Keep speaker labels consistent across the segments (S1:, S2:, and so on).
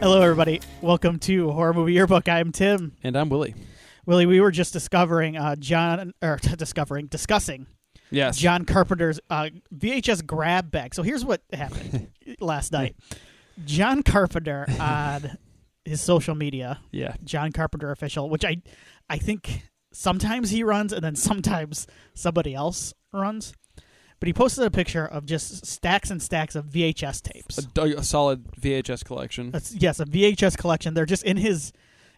S1: Hello, everybody. Welcome to Horror Movie Yearbook. I'm Tim.
S2: And I'm Willie.
S1: Willie, we were just discovering uh, John, or discovering, discussing
S2: Yes.
S1: John Carpenter's uh, VHS grab bag. So here's what happened last night. John Carpenter on his social media,
S2: yeah.
S1: John Carpenter official, which I, I think sometimes he runs and then sometimes somebody else runs. But he posted a picture of just stacks and stacks of VHS tapes.
S2: A, d- a solid VHS collection.
S1: That's, yes, a VHS collection. They're just in his.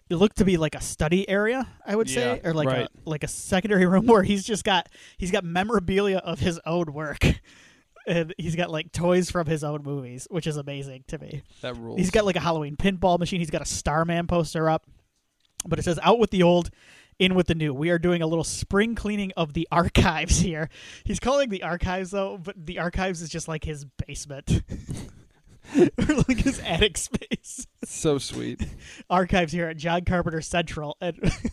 S1: It looked to be like a study area, I would say,
S2: Yeah,
S1: or like
S2: right.
S1: a like a secondary room where he's just got he's got memorabilia of his own work, and he's got like toys from his own movies, which is amazing to me.
S2: That rules.
S1: He's got like a Halloween pinball machine. He's got a Starman poster up, but it says "Out with the old, in with the new." We are doing a little spring cleaning of the archives here. He's calling the archives though, but the archives is just like his basement or like his attic space.
S2: so sweet.
S1: Archives here at John Carpenter Central and.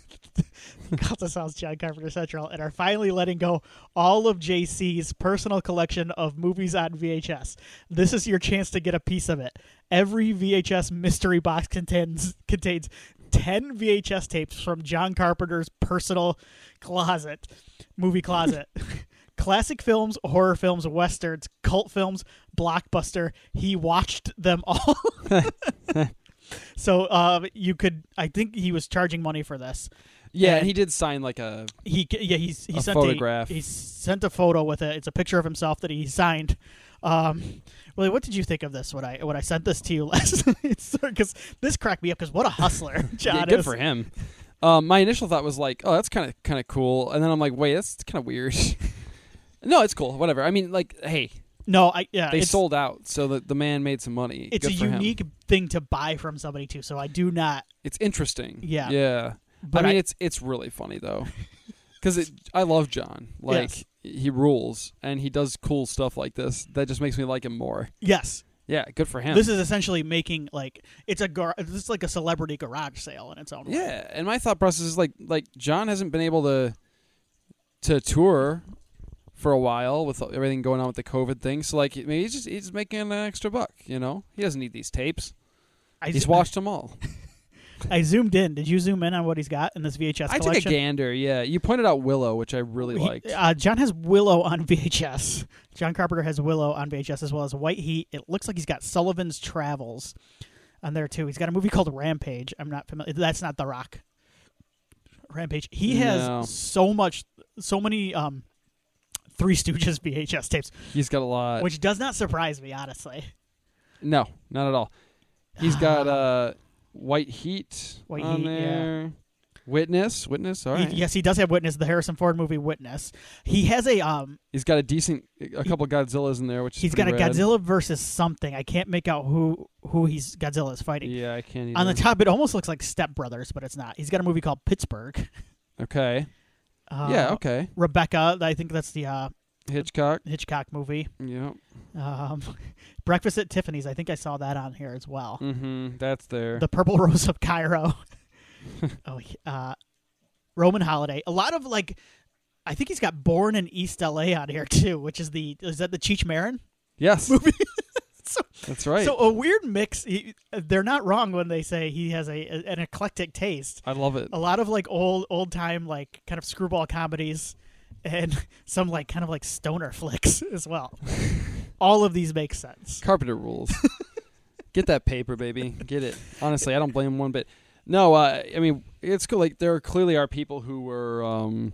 S1: God, this sounds John Carpenter Central, and are finally letting go all of JC's personal collection of movies on VHS. This is your chance to get a piece of it. Every VHS mystery box contains contains ten VHS tapes from John Carpenter's personal closet, movie closet. Classic films, horror films, westerns, cult films, blockbuster. He watched them all. so um, you could, I think he was charging money for this
S2: Yeah,
S1: And-
S2: and he did sign like a
S1: he yeah he's he
S2: A
S1: sent
S2: photograph.
S1: a he sent a photo with it. It's a picture of himself that he signed. Um, Willie, what did you think of this when I when I sent this to you last night? Because this cracked me up. Because what a hustler, John
S2: yeah, good
S1: is.
S2: for him. Um, my initial thought was like, oh, that's kind of kind of cool, and then I'm like, wait, that's kind of weird. no, it's cool. Whatever. I mean, like, hey,
S1: No, I yeah.
S2: they
S1: Uh, it's,
S2: sold out, so that the man made some money.
S1: It's
S2: Good
S1: a
S2: for him.
S1: unique thing to buy from somebody too. So I do not.
S2: It's interesting.
S1: Yeah.
S2: Yeah.
S1: But
S2: I mean,
S1: I-
S2: it's it's really funny though, because I love John. Like he rules, and he does cool stuff like this. That just makes me like him more.
S1: yes,
S2: Yeah, good for him.
S1: this is essentially making like it's a gar- this is like a celebrity garage sale in its own way.
S2: yeah, and my thought process is like like John hasn't been able to to tour for a while with everything going on with the COVID thing. So like maybe he's just he's making an extra buck. You know, he doesn't need these tapes.
S1: I,
S2: He's
S1: zo-
S2: watched them all.
S1: I zoomed in. Did you zoom in on what he's got in this VHS
S2: I took a
S1: collection?
S2: gander. Yeah, you pointed out Willow, which I really
S1: He-
S2: liked.
S1: uh, John has Willow on VHS. John Carpenter has Willow on VHS as well as White Heat. It looks like he's got Sullivan's Travels on there too. He's got a movie called Rampage. I'm not familiar. That's not The Rock. Rampage. He has
S2: No.
S1: so much, so many um, Three Stooges VHS tapes,
S2: He's got a lot.
S1: which does not surprise me honestly.
S2: No, not at all. He's got uh, White Heat
S1: White
S2: on
S1: Heat, yeah.
S2: there. Witness, Witness. All
S1: He-
S2: right.
S1: yes, he does have Witness, the Harrison Ford movie Witness. He has a um,
S2: He's got a decent, a couple Godzillas in there, which is
S1: he's got a
S2: pretty rad.
S1: Godzilla versus something. I can't make out who who he's Godzilla is fighting.
S2: Yeah, I can't. Either.
S1: On the top, it almost looks like Step Brothers, but it's not. He's got a movie called Pittsburgh.
S2: Okay.
S1: Uh,
S2: yeah. Okay.
S1: Rebecca, I think that's the uh,
S2: Hitchcock.
S1: Hitchcock movie.
S2: Yeah.
S1: Um, Breakfast at Tiffany's, I think I saw that on here as well.
S2: Mm-hmm. That's there.
S1: The Purple Rose of Cairo. oh, he- uh, Roman Holiday. A lot of like, I think he's got Born in East LA on here too, which is the is that the Cheech Marin?
S2: yes. Movie. That's right.
S1: So a weird mix. He, they're not wrong when they say he has a an eclectic taste.
S2: I love it.
S1: a lot of like old old time like kind of screwball comedies and some like kind of like stoner flicks as well. All of these make sense.
S2: Carpenter rules. Get that paper, baby. Get it. Honestly, I don't blame him one bit. No, uh, I mean it's cool. Like there clearly are people who were. Um,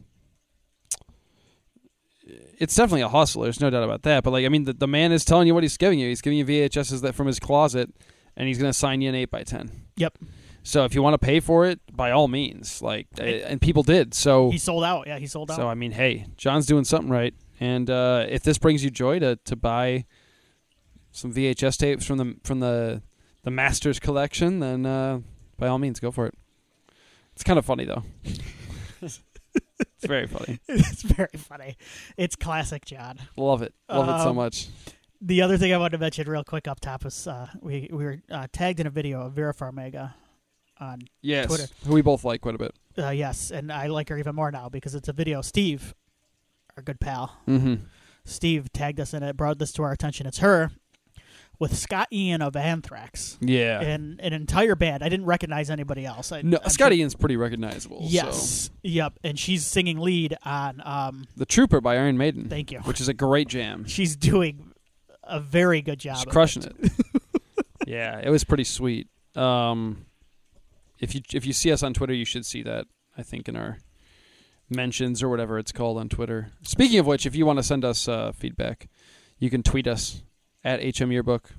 S2: it's definitely a hustle. There's no doubt about that. But like, I mean, the, the man is telling you what he's giving you. He's giving you VHSs that from his closet, and he's gonna sign you an eight by ten.
S1: Yep.
S2: So if you want to pay for it, by all means. Like, uh, and people did. So
S1: He sold out. Yeah, he sold out.
S2: so I mean, hey, John's doing something right, and uh, if this brings you joy to to buy some VHS tapes from the from the the Masters collection, then uh, by all means, go for it. It's kind of funny though. it's very funny.
S1: it's very funny. It's classic John.
S2: Love it. Love it so
S1: Um,
S2: much.
S1: The other thing I wanted to mention real quick up top is uh, we we were uh, tagged in a video of Vera Farmiga on
S2: Yes,
S1: Twitter.
S2: who we both like quite a bit.
S1: uh, yes, and I like her even more now because it's a video. Steve, our good pal,
S2: Mm-hmm.
S1: Steve tagged us in it, brought this to our attention. It's her with Scott Ian of Anthrax.
S2: Yeah.
S1: And an entire band. I didn't recognize anybody else. I,
S2: no,
S1: I'm
S2: Scott
S1: sure-
S2: Ian's pretty recognizable. So.
S1: Yes. Yep. And she's singing lead on. Um,
S2: The Trooper by Iron Maiden.
S1: thank you.
S2: Which is a great jam.
S1: She's doing a very good job.
S2: She's
S1: of
S2: crushing it. yeah, it was pretty sweet. Um, if you if you see us on Twitter, you should see that. I think in our mentions or whatever it's called on Twitter. Speaking of which, if you want to send us uh, feedback, you can tweet us at HM Yearbook.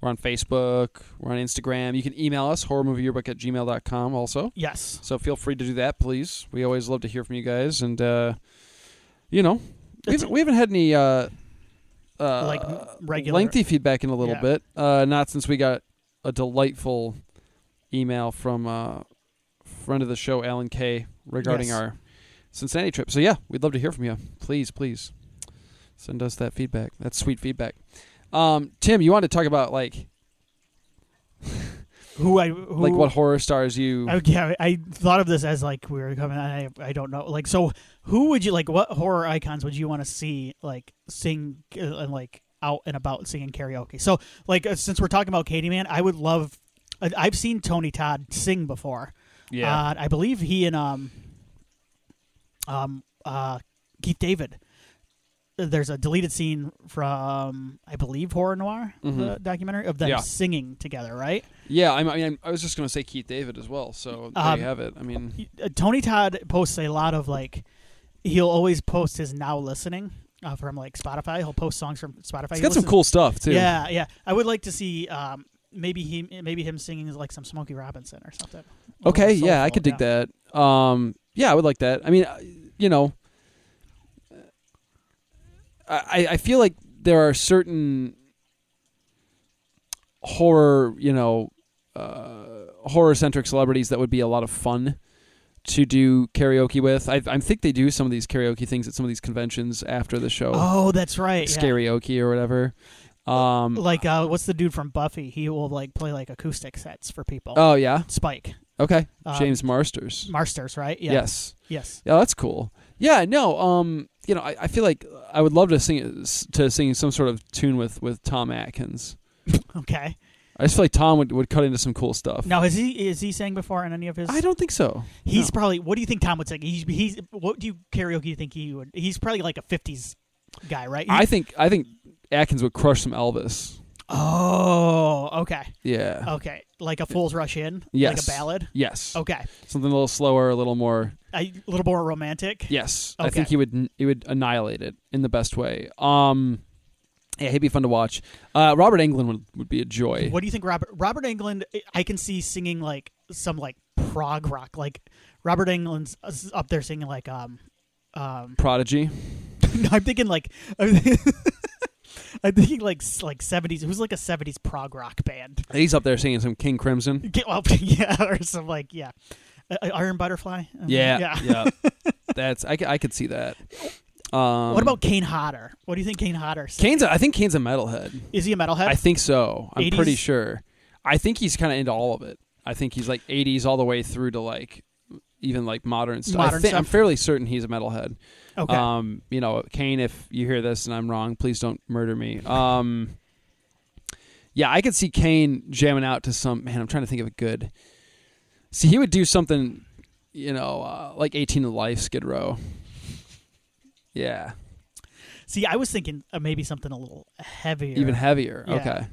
S2: We're on Facebook. We're on Instagram. You can email us horrormovieyearbook at gmail.com also.
S1: Yes.
S2: So feel free to do that, please. We always love to hear from you guys, and uh, you know, we
S1: It's-
S2: haven't, we haven't had any uh, uh,
S1: Like, regular-
S2: lengthy feedback in a little
S1: Yeah.
S2: bit. Uh, not since we got a delightful email from uh, friend of the show, Alan Kay, regarding
S1: Yes.
S2: our Cincinnati trip. So yeah, we'd love to hear from you. Please, please send us that feedback. That's sweet feedback. Um, Tim, you wanted to talk about like
S1: Who I who,
S2: like what horror stars you?
S1: I, yeah, I thought of this as like we were coming. I I don't know. Like so, who would you like? What horror icons would you want to see like sing uh, and like out and about singing karaoke? So like uh, since we're talking about Candyman, I would love. I- I've seen Tony Todd sing before.
S2: yeah,
S1: Uh, I believe he and um, um, uh, Keith David. There's a deleted scene from I believe Horror Noir the
S2: Mhm.
S1: documentary of them
S2: Yeah.
S1: singing together, right?
S2: Yeah, I mean, I'm- I was just gonna say Keith David as well. So there
S1: Um,
S2: you have it. I mean,
S1: uh, Tony Todd posts a lot of like he'll always post his now listening uh, from like Spotify. He'll post songs from Spotify.
S2: he's
S1: He
S2: got some
S1: listens-
S2: cool stuff too.
S1: Yeah, yeah. I would like to see um, maybe he maybe him singing like some Smokey Robinson or something. Or
S2: Okay. Yeah, I
S1: soulful,
S2: could dig that. Um. Yeah, I would like that. I mean, uh, you know, I I feel like there are certain horror, you know, uh, horror centric celebrities that would be a lot of fun to do karaoke with. I I think they do some of these karaoke things at some of these conventions after the show,
S1: Oh, that's right. yeah.
S2: Scaryokey or whatever. Um.
S1: Like uh, what's the dude from Buffy? He will like play like acoustic sets for people.
S2: Oh yeah.
S1: Spike
S2: Okay.
S1: Um,
S2: James Marsters.
S1: Marsters, right? Yeah.
S2: Yes.
S1: Yes.
S2: Yeah, that's cool. Yeah, no, um, you know, I, I feel like I would love to sing to sing some sort of tune with with Tom Atkins.
S1: Okay.
S2: I just feel like Tom would, would cut into some cool stuff.
S1: Now, has he is he sang before in any of his?
S2: I don't think so.
S1: He's
S2: No.
S1: probably. What do you think Tom would sing? He's, he's what do you karaoke? You think he would? He's probably like a '50s guy, right? He-
S2: I think I think Atkins would crush some Elvis.
S1: oh, Oh. okay,
S2: Yeah.
S1: okay, like a Fools Rush In, like
S2: Yes.
S1: a ballad.
S2: Yes.
S1: Okay,
S2: Something a little slower, a little more.
S1: a little more romantic.
S2: Yes. I
S1: Okay.
S2: think he would he would annihilate it in the best way. Um yeah, he'd be fun to watch. Uh, Robert Englund would, would be a joy.
S1: What do you think, Robert? Robert England, I can see singing like some like prog rock, like Robert England's up there singing like um um.
S2: Prodigy.
S1: I'm thinking like. I'm thinking like s- like seventies. Who's like a seventies prog rock band?
S2: He's up there singing some King Crimson.
S1: Get, well, yeah, or some like yeah, uh, uh, Iron Butterfly. Uh,
S2: Yeah, yeah. That's I, c- I could see that. Um,
S1: what about Kane Hodder? What do you think Kane Hodder? Sings?
S2: Kane's? A, I think Kane's a metalhead.
S1: Is he a metalhead?
S2: I think so. I'm
S1: 80s?
S2: pretty sure. I think he's kind of into all of it. I think he's like 80s all the way through to like even like modern stuff. I
S1: Modern
S2: thi- I'm
S1: stuff.
S2: fairly certain he's a metalhead.
S1: okay.
S2: Um, you know, Kane, if you hear this and I'm wrong, please don't murder me. Um, yeah, I could see Kane jamming out to some man. I'm trying to think of a good. See, he would do something, you know, uh, like 18 to Life, Skid Row. Yeah,
S1: See, I was thinking uh, maybe something a little heavier.
S2: even heavier.
S1: Yeah.
S2: Okay.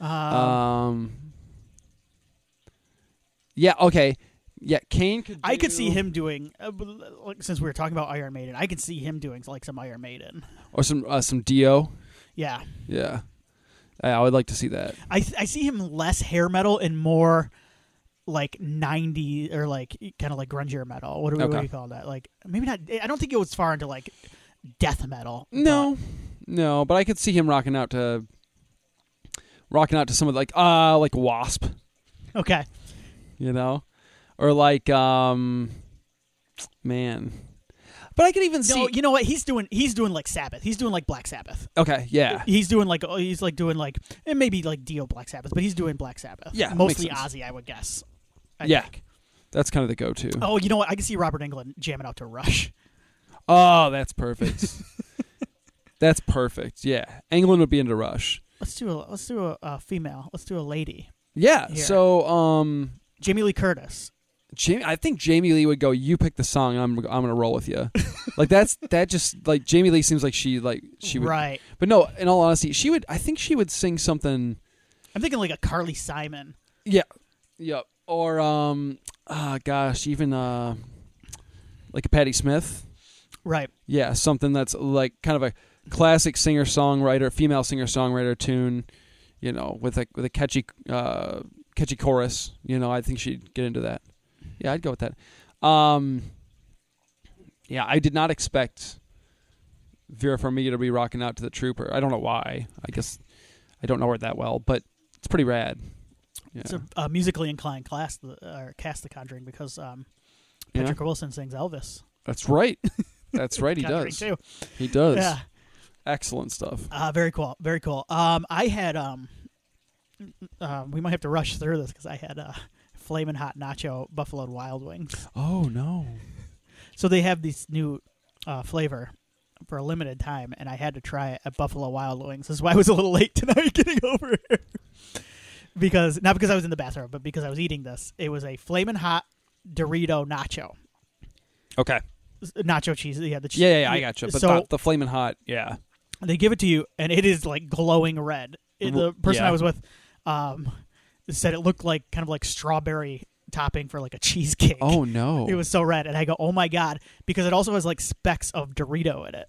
S1: um,
S2: Um. Yeah. Okay. Yeah, Kane could.
S1: I could see
S2: do-
S1: him doing. Uh, b- like, since we were talking about Iron Maiden, I could see him doing like some Iron Maiden.
S2: or some uh, some Dio.
S1: Yeah,
S2: Yeah, I, I would like to see that.
S1: I I see him less hair metal and more like 90 or like kind of like grungier metal. What do, we what do
S2: Okay.
S1: you call that? Like maybe not. I don't think it was far into like death metal.
S2: No, no, but I could see him rocking out to rocking out to someone like uh like Wasp,
S1: but- okay.
S2: you know, or like um man. But I could even see
S1: no, you know what? He's doing. He's doing like Sabbath. He's doing like Black Sabbath.
S2: okay, yeah,
S1: He's doing like oh, he's like doing like and maybe like Dio Black Sabbath, but he's doing Black Sabbath.
S2: Yeah,
S1: mostly
S2: makes sense.
S1: Ozzy, I would guess. I
S2: Yeah.
S1: think.
S2: that's kind of the go-to. Oh,
S1: Oh, you know what? I can see Robert England jamming out to Rush.
S2: Oh, that's perfect. that's perfect. Yeah, England would be into Rush.
S1: Let's do a let's do a, a female. Let's do a lady.
S2: Yeah.
S1: Here.
S2: So um,
S1: Jamie Lee Curtis.
S2: Jamie, I think Jamie Lee would go. You pick the song. I'm I'm gonna roll with you. like that's that just like Jamie Lee seems like she like she would.
S1: right.
S2: But no, in all honesty, she would. I think she would sing something.
S1: I'm thinking like a Carly Simon.
S2: Yeah. Yep. Or um, ah, gosh, even uh, like a Patti Smith.
S1: Right.
S2: Yeah, something that's like kind of a classic singer songwriter, female singer songwriter tune. You know, with a with a catchy uh, catchy chorus. You know, I think she'd get into that. Yeah, I'd go with that. Um, yeah, I did not expect Vera Farmiga to be rocking out to the Trooper. I don't know why. I guess I don't know her that well, but it's pretty rad. Yeah.
S1: It's a, a musically inclined class or cast the Conjuring because um,
S2: Yeah.
S1: Patrick Wilson sings Elvis.
S2: That's right. That's right. He
S1: Conjuring
S2: does.
S1: too.
S2: He does.
S1: Yeah.
S2: Excellent stuff.
S1: Uh, very cool. Very cool. Um, I had um, uh, we might have to rush through this because I had uh, flaming hot nacho buffalo wild wings.
S2: Oh no.
S1: So they have this new uh, flavor for a limited time, and I had to try it at Buffalo Wild Wings. This is why I was a little late tonight getting over here. because not because I was in the bathroom, but because I was eating this. It was a flaming hot Dorito nacho,
S2: Okay.
S1: nacho cheese. Yeah, the cheese.
S2: Yeah, yeah, yeah, I got you. But
S1: so
S2: the, the flaming hot, yeah,
S1: they give it to you and it is like glowing red It- the
S2: W-
S1: person
S2: yeah.
S1: i was with um said it looked like kind of like strawberry topping for like a cheesecake
S2: Oh no!
S1: it was so red and i go oh my god because it also has like specks of dorito in it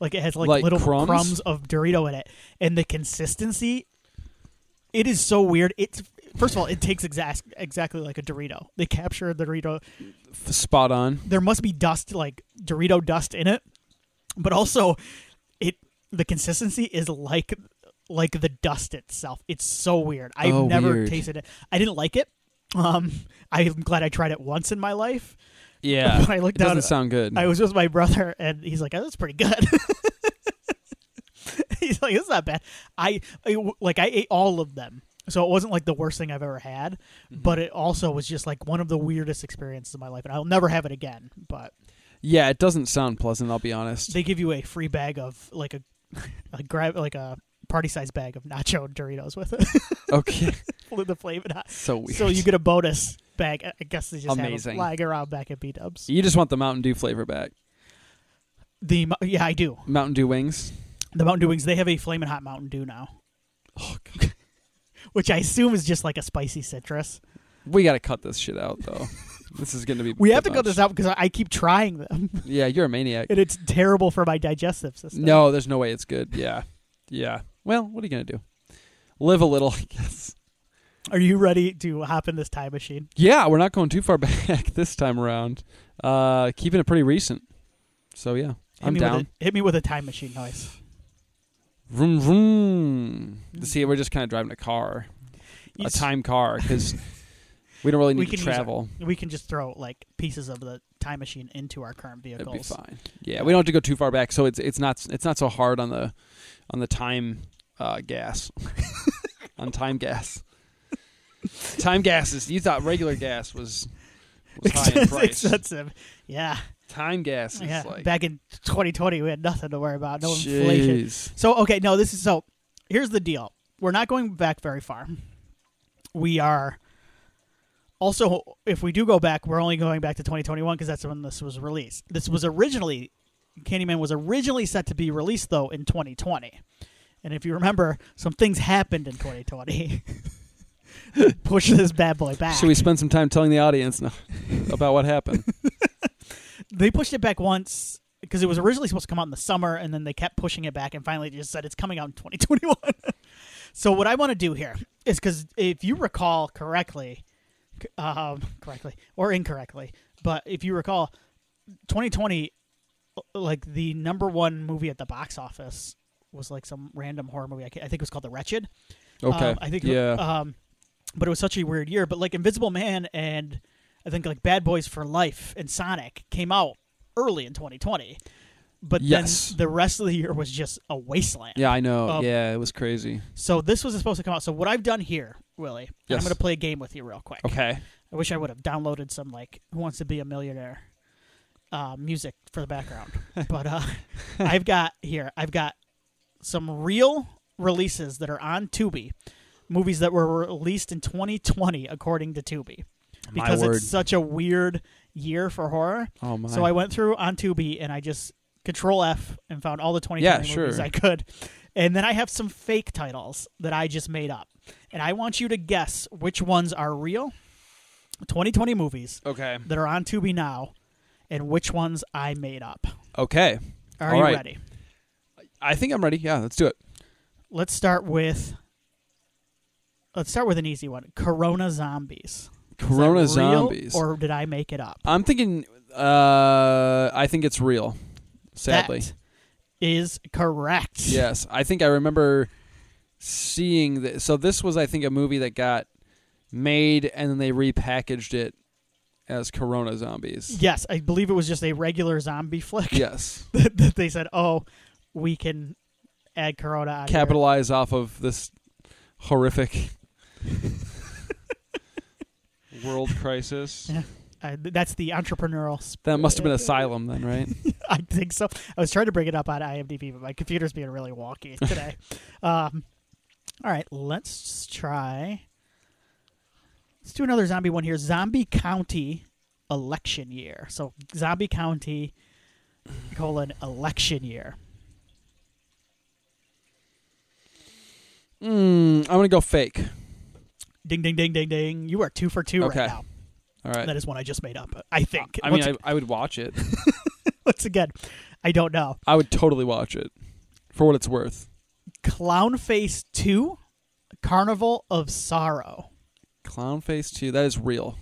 S1: like it has like,
S2: Like
S1: little
S2: crumbs?
S1: of dorito in it and the consistency it is so weird it's first of all it takes exact exactly like a dorito they capture the dorito
S2: F- spot on.
S1: there must be dust like Dorito dust in it, but also it the consistency is like like the dust itself. It's so weird. I've
S2: Oh,
S1: never
S2: weird.
S1: tasted it. I didn't like it. Um, I'm glad I tried it once in my life.
S2: Yeah,
S1: When I
S2: it
S1: looked down,
S2: doesn't sound good.
S1: I was with my brother, and he's like, "Oh, that's pretty good." he's like, "It's not bad." I, I like I ate all of them, so it wasn't like the worst thing I've ever had,
S2: Mm-hmm.
S1: but it also was just like one of the weirdest experiences of my life, and I'll never have it again. But
S2: yeah, it doesn't sound pleasant. I'll be honest.
S1: they give you a free bag of like a, a grab like a party size bag of nacho Doritos with it,
S2: okay,
S1: with the flavor. not-
S2: so weird.
S1: So you get a bonus bag. I I guess they just have them
S2: Amazing.
S1: lying around back at B Dubs.
S2: You just want the Mountain Dew flavor back.
S1: The mo- yeah, I do.
S2: Mountain Dew wings.
S1: The Mountain Dew wings. They have a flaming hot Mountain Dew now,
S2: Oh, God.
S1: which I assume is just like a spicy citrus.
S2: We got to cut this shit out though. this is gonna be.
S1: We
S2: a
S1: have to cut
S2: bunch.
S1: this out because I, I keep trying them,
S2: Yeah, you're a maniac.
S1: and it's terrible for my digestive system.
S2: No, there's no way it's good. Yeah, yeah. Well, what are you gonna do? Live a little, I guess.
S1: Are you ready to hop in this time machine?
S2: Yeah, we're not going too far back this time around. Uh, keeping it pretty recent. So yeah,
S1: Hit
S2: I'm
S1: me
S2: down.
S1: With a, hit me with a time machine noise.
S2: Vroom vroom.
S1: Mm.
S2: See, we're just kind of driving a car, a
S1: Yes.
S2: time car, because we don't really
S1: We
S2: need to
S1: can use our
S2: travel.
S1: We can just throw like pieces of the time machine into our current
S2: It'd
S1: vehicles.
S2: be fine. Yeah, we don't have to go too far back, so it's it's not it's not so hard on the on the time uh, gas, on time gas. Time gases. You thought regular gas was was high in
S1: It's
S2: price.
S1: expensive. Yeah.
S2: time gas is
S1: yeah.
S2: like
S1: Back in 2020, we had nothing to worry about. No inflation.
S2: jeez.
S1: So, okay, no, this is so. Here's the deal we're not going back very far. We are also, if we do go back, we're only going back to 2021 because that's when this was released. This was originally, Candyman was originally set to be released, though, in 2020. And if you remember, some things happened in 2020. Push this bad boy back.
S2: Should we spend some time telling the audience now about what happened?
S1: they pushed it back once because it was originally supposed to come out in the summer and then they kept pushing it back and finally just said it's coming out in 2021 so what i want to do here is because if you recall correctly c- um, correctly or incorrectly but if you recall 2020 l- like the number one movie at the box office was like some random horror movie i, ca- I think it was called the wretched
S2: Okay.
S1: um, I think.
S2: Yeah.
S1: Um, but it was such a weird year. But like Invisible Man and I think like Bad Boys for Life and Sonic came out early in 2020. But
S2: Yes.
S1: then the rest of the year was just a wasteland.
S2: yeah, I know.
S1: um,
S2: yeah, it was crazy.
S1: So this was supposed to come out. So what I've done here, Willie, and I'm
S2: Yes.
S1: going to play a game with you real quick.
S2: Okay.
S1: I wish I would have downloaded some like Who Wants to Be a Millionaire uh, music for the background. but uh, I've got here. I've got some real releases that are on Tubi, movies that were released in 2020 according to Tubi,
S2: My
S1: because
S2: word.
S1: it's such a weird year for horror.
S2: Oh my.
S1: So I went through on Tubi and I just control F and found all the 2020
S2: Yeah,
S1: movies
S2: sure.
S1: I could. And then I have some fake titles that I just made up. And I want you to guess which ones are real 2020 movies
S2: okay.
S1: that are on Tubi now and which ones I made up.
S2: Okay.
S1: Are
S2: All
S1: you
S2: right.
S1: ready?
S2: I think I'm ready. Yeah, let's do it.
S1: Let's start with Let's start with an easy one. Corona zombies. Is that
S2: Corona
S1: real,
S2: zombies.
S1: or did I make it up?
S2: I'm thinking. Uh, I think it's real. Sadly,
S1: That is correct.
S2: yes. I think I remember seeing that. So this was, I think, a movie that got made and then they repackaged it as Corona Zombies.
S1: Yes, I believe it was just a regular zombie flick.
S2: yes.
S1: that, that they said, "Oh, we can add Corona on here."
S2: Capitalize off of this horrific world crisis.
S1: Yeah. Uh, th- that's the entrepreneurial. Sp-
S2: That must have been Asylum then, right?
S1: I think so. I was trying to bring it up on IMDb, but my computer's being really wonky today. um, all right, let's try. Let's do another zombie one here. Zombie County election year. So Zombie County colon election year.
S2: Mm, I'm gonna go fake.
S1: Ding ding ding ding ding. You are two for two
S2: Okay.
S1: right now.
S2: All right.
S1: That is one I just made up. I think.
S2: I mean,
S1: once,
S2: I, I would watch it.
S1: once again, I don't know.
S2: I would totally watch it for what it's worth.
S1: Clownface 2 Carnival of Sorrow.
S2: Clownface two. That is real.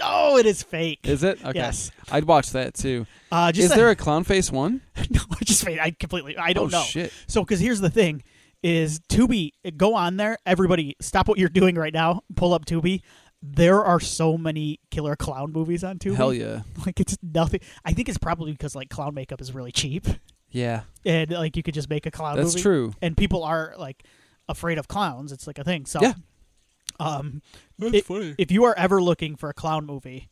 S1: Oh, it is fake.
S2: Is it? Okay.
S1: Yes.
S2: I'd watch that too.
S1: Uh, just
S2: is there a Clownface one?
S1: no, I just made, I completely I don't
S2: oh
S1: know.
S2: shit.
S1: So cuz here's the thing is Tubi go on there everybody stop what you're doing right now pull up Tubi there are so many killer clown movies on Tubi
S2: Hell yeah.
S1: like it's nothing I think it's probably because like clown makeup is really cheap
S2: Yeah.
S1: and like you could just make a clown
S2: That's
S1: movie
S2: true.
S1: and people are like afraid of clowns it's like a thing so
S2: Yeah.
S1: um
S2: That's
S1: It-
S2: funny.
S1: if you are ever looking for a clown movie,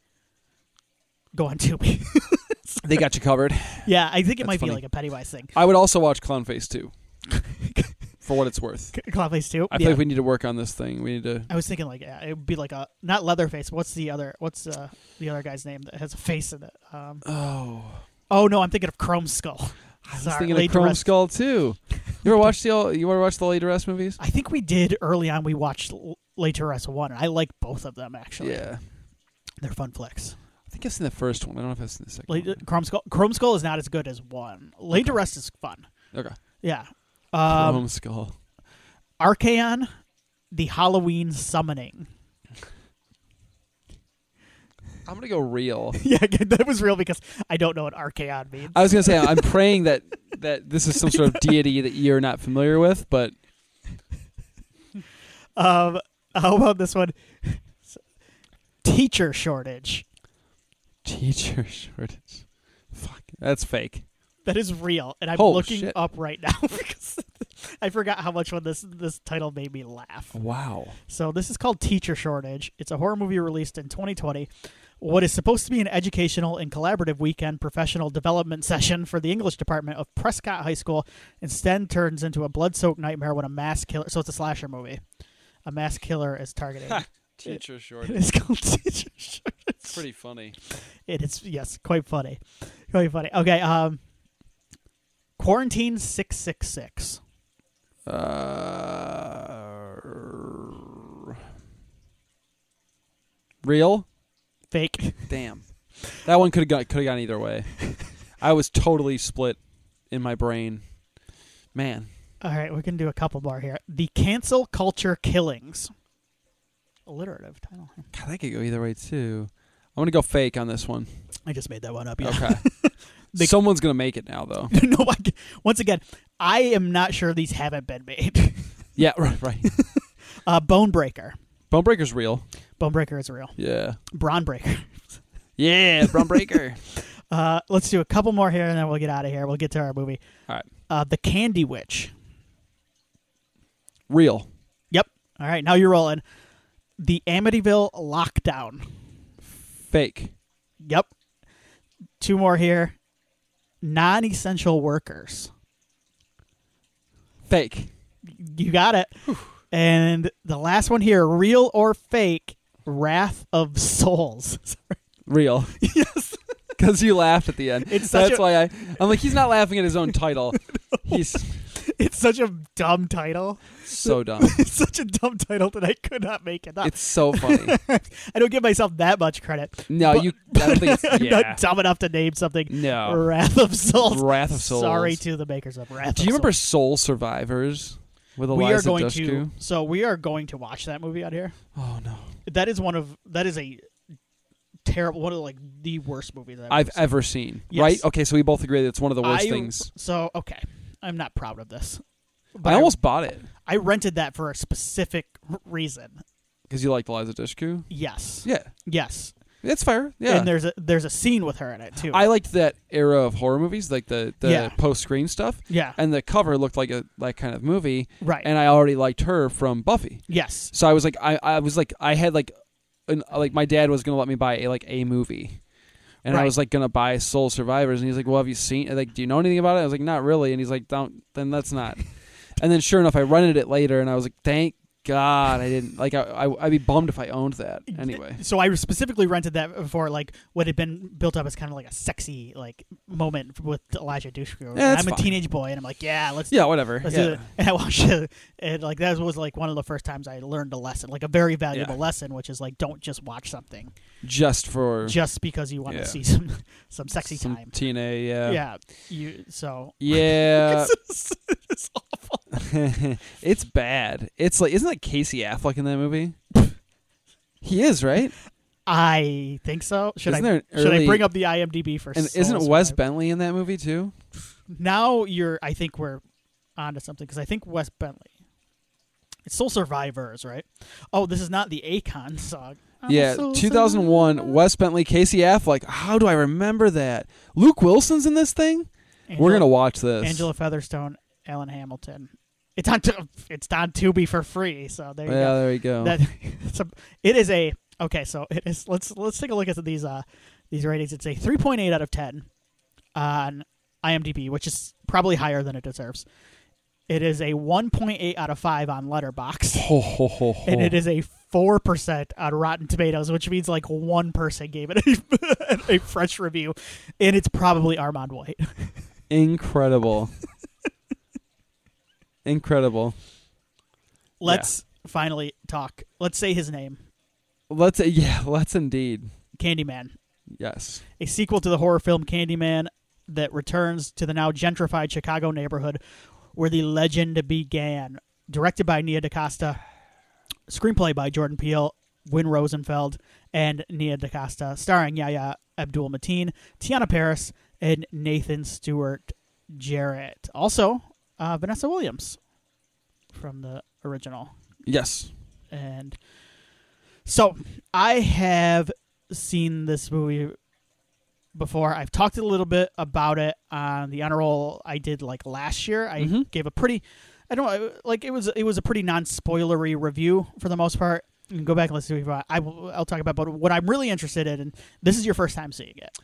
S1: go on Tubi.
S2: They got you covered.
S1: yeah, I think it
S2: That's
S1: might
S2: funny.
S1: be like a Pennywise thing.
S2: I would also watch Clownface two. for what it's worth.
S1: C- Clownface too.
S2: I feel
S1: yeah.
S2: like we need to work on this thing. We need to
S1: I was thinking like yeah, it would be like a not Leatherface. but What's the other? What's uh, the other guy's name that has a face in it? Um,
S2: Oh.
S1: oh no, I'm thinking of Chrome Skull.
S2: I was
S1: Sorry,
S2: thinking
S1: Lady
S2: of Chrome
S1: Rest-
S2: Skull too. You ever watch the old, you ever watch the later S movies?
S1: I think we did early on. We watched L- Later S one, and I like both of them actually.
S2: Yeah.
S1: they're fun flicks.
S2: I think I've seen the first one. I don't know if I've seen the second
S1: Late,
S2: one.
S1: Chrome Skull. Chrome Skull is not as good as one. Later S is fun.
S2: Okay.
S1: Yeah.
S2: Chrome
S1: Um,
S2: Skull.
S1: Archaon, the Halloween summoning.
S2: I'm gonna go real.
S1: Yeah, good. that was real because I don't know what Archaon means.
S2: I was gonna say I'm praying that that this is some sort of deity that you're not familiar with, but
S1: Um, how about this one? Teacher shortage.
S2: teacher shortage. Fuck, that's fake.
S1: That is real, and I'm
S2: Holy
S1: looking
S2: shit.
S1: up right now because I forgot how much when this this title made me laugh.
S2: Wow.
S1: So this is called Teacher Shortage. It's a horror movie released in 2020. What is supposed to be an educational and collaborative weekend professional development session for the English department of Prescott High School instead turns into a blood-soaked nightmare when a mass killer. So it's a slasher movie. A mass killer is targeting. Teacher
S2: shortage.
S1: it's called Teacher Shortage.
S2: Pretty funny.
S1: It is yes, quite funny, quite funny. Okay, um, quarantine six six six.
S2: Uh, real?
S1: Fake.
S2: Damn. That one could have gone could have gone either way. I was totally split in my brain. Man,
S1: All right, we can do a couple more here. The cancel culture killings. Alliterative title. here.
S2: God, that could go either way too. I'm gonna go fake on this one.
S1: I just made that one up. Yeah.
S2: Okay.
S1: They-
S2: Someone's gonna make it now, though.
S1: no, I, once again, I am not sure these haven't been made.
S2: Yeah, right, right.
S1: Uh, Bonebreaker.
S2: Bonebreaker's real.
S1: Bonebreaker is real.
S2: Yeah.
S1: Brawnbreaker.
S2: Yeah, Bonebreaker.
S1: Uh, let's do a couple more here, and then we'll get out of here. We'll get to our movie.
S2: All right.
S1: Uh, the Candy Witch.
S2: Real.
S1: Yep. All right, now you're rolling. The Amityville lockdown.
S2: Fake.
S1: Yep. Two more here. Non-essential workers.
S2: Fake.
S1: You got it. And the last one here, real or fake, Wrath of Souls. Sorry.
S2: Real. Yes. Because you laughed at the end.
S1: It's such
S2: That's
S1: a-
S2: why I. I'm like, he's not laughing at his own title. He's
S1: It's such a dumb title.
S2: so dumb.
S1: It's such a dumb title that I could not make it up.
S2: It's so funny.
S1: I don't give myself that much credit.
S2: No,
S1: But-
S2: you. I don't think it's,
S1: I'm
S2: yeah.
S1: not dumb enough to name something
S2: no.
S1: Wrath of Souls.
S2: Wrath of Souls.
S1: Sorry to the makers of Wrath.
S2: Do
S1: of
S2: you remember
S1: Souls.
S2: Soul Survivors with Eliza
S1: we are going
S2: Dushku?
S1: to? So we are going to watch that movie out here.
S2: Oh no,
S1: That is one of that is a terrible one of like the worst movies I've,
S2: I've
S1: ever seen.
S2: ever seen.
S1: Yes.
S2: Right? Okay, so we both agree that it's one of the worst
S1: I-
S2: things.
S1: So okay, I'm not proud of this.
S2: I almost bought it
S1: I rented that for a specific r- reason.
S2: because you liked Eliza Dushku.
S1: Yes.
S2: Yeah,
S1: Yes.
S2: it's fair. Yeah,
S1: And there's a there's a scene with her in it too.
S2: I liked that era of horror movies, like the the
S1: Yeah.
S2: post screen stuff,
S1: yeah.
S2: and the cover looked like a like kind of movie,
S1: right.
S2: and I already liked her from Buffy.
S1: yes.
S2: So I was like, I, I was like, I had like, an, like my dad was gonna let me buy a, like a movie, and I
S1: Right.
S2: was like gonna buy Soul Survivors, and he's like, well, have you seen? Like, do you know anything about it? I was like, not really, and he's like, don't, then that's not. and then sure enough, I rented it later, and I was like, thank God I didn't. Like, I, I I'd be bummed if I owned that anyway.
S1: So I specifically rented that for like what had been built up as kind of like a sexy like moment with Elijah Dushku. And
S2: that's
S1: I'm a
S2: fine.
S1: teenage boy and I'm like, yeah, let's
S2: Yeah, whatever.
S1: let's do
S2: yeah.
S1: it. And I watched it and like that was like one of the first times I learned a lesson, like a very valuable
S2: Yeah.
S1: lesson, which is like don't just watch something
S2: Just for
S1: just because you want
S2: Yeah.
S1: to see some some sexy
S2: some
S1: time.
S2: TNA. Yeah.
S1: yeah. You so
S2: Yeah,
S1: it's, it's awful.
S2: it's bad. It's like isn't that Casey Affleck in that movie? he is, right?
S1: I think so. Should
S2: Isn't
S1: I
S2: there an
S1: should I
S2: early-
S1: bring up the IMDb for
S2: And
S1: Soul
S2: isn't Wes
S1: Survivor?
S2: Bentley in that movie too?
S1: now you're i think we're onto something because i think wes bentley it's soul survivors right oh this is not the akon song I'm a
S2: yeah,
S1: soul
S2: 2001.
S1: survivor.
S2: Wes Bentley, Casey Affleck. How do I remember that? Luke Wilson's in this thing.
S1: Angela-
S2: We're gonna watch this.
S1: angela featherstone ellen hamilton it's on Tu- it's on tubi for free so there
S2: Yeah,
S1: you go
S2: there you go.
S1: that it's a, it is a okay so it is let's let's take a look at these uh these ratings it's a 3.8 out of 10 on imdb which is probably higher than it deserves it is a 1.8 out of 5 on letterbox
S2: Ho, ho, ho, ho.
S1: and it is a 4% on rotten tomatoes which means like one person gave it a, a fresh review and it's probably armand white
S2: incredible. incredible.
S1: let's finally talk let's say his name
S2: Let's yeah, let's indeed.
S1: candyman
S2: Yes.
S1: a sequel to the horror film Candyman that returns to the now gentrified Chicago neighborhood where the legend began. Directed by Nia DaCosta, screenplay by Jordan Peele, Wynn Rosenfeld, and Nia DaCosta, starring Yahya Abdul Mateen, Tiana Paris, and Nathan Stewart Jarrett. Also, uh, Vanessa Williams from the original.
S2: Yes.
S1: And so I have seen this movie before. I've talked a little bit about it on the honor roll I did like last year. I
S2: Mhm.
S1: gave a pretty I don't like it was it was a pretty non spoilery review for the most part. You can go back and listen to it. if you want. I will, I'll talk about, but what I'm really interested in, and this is your first time seeing it.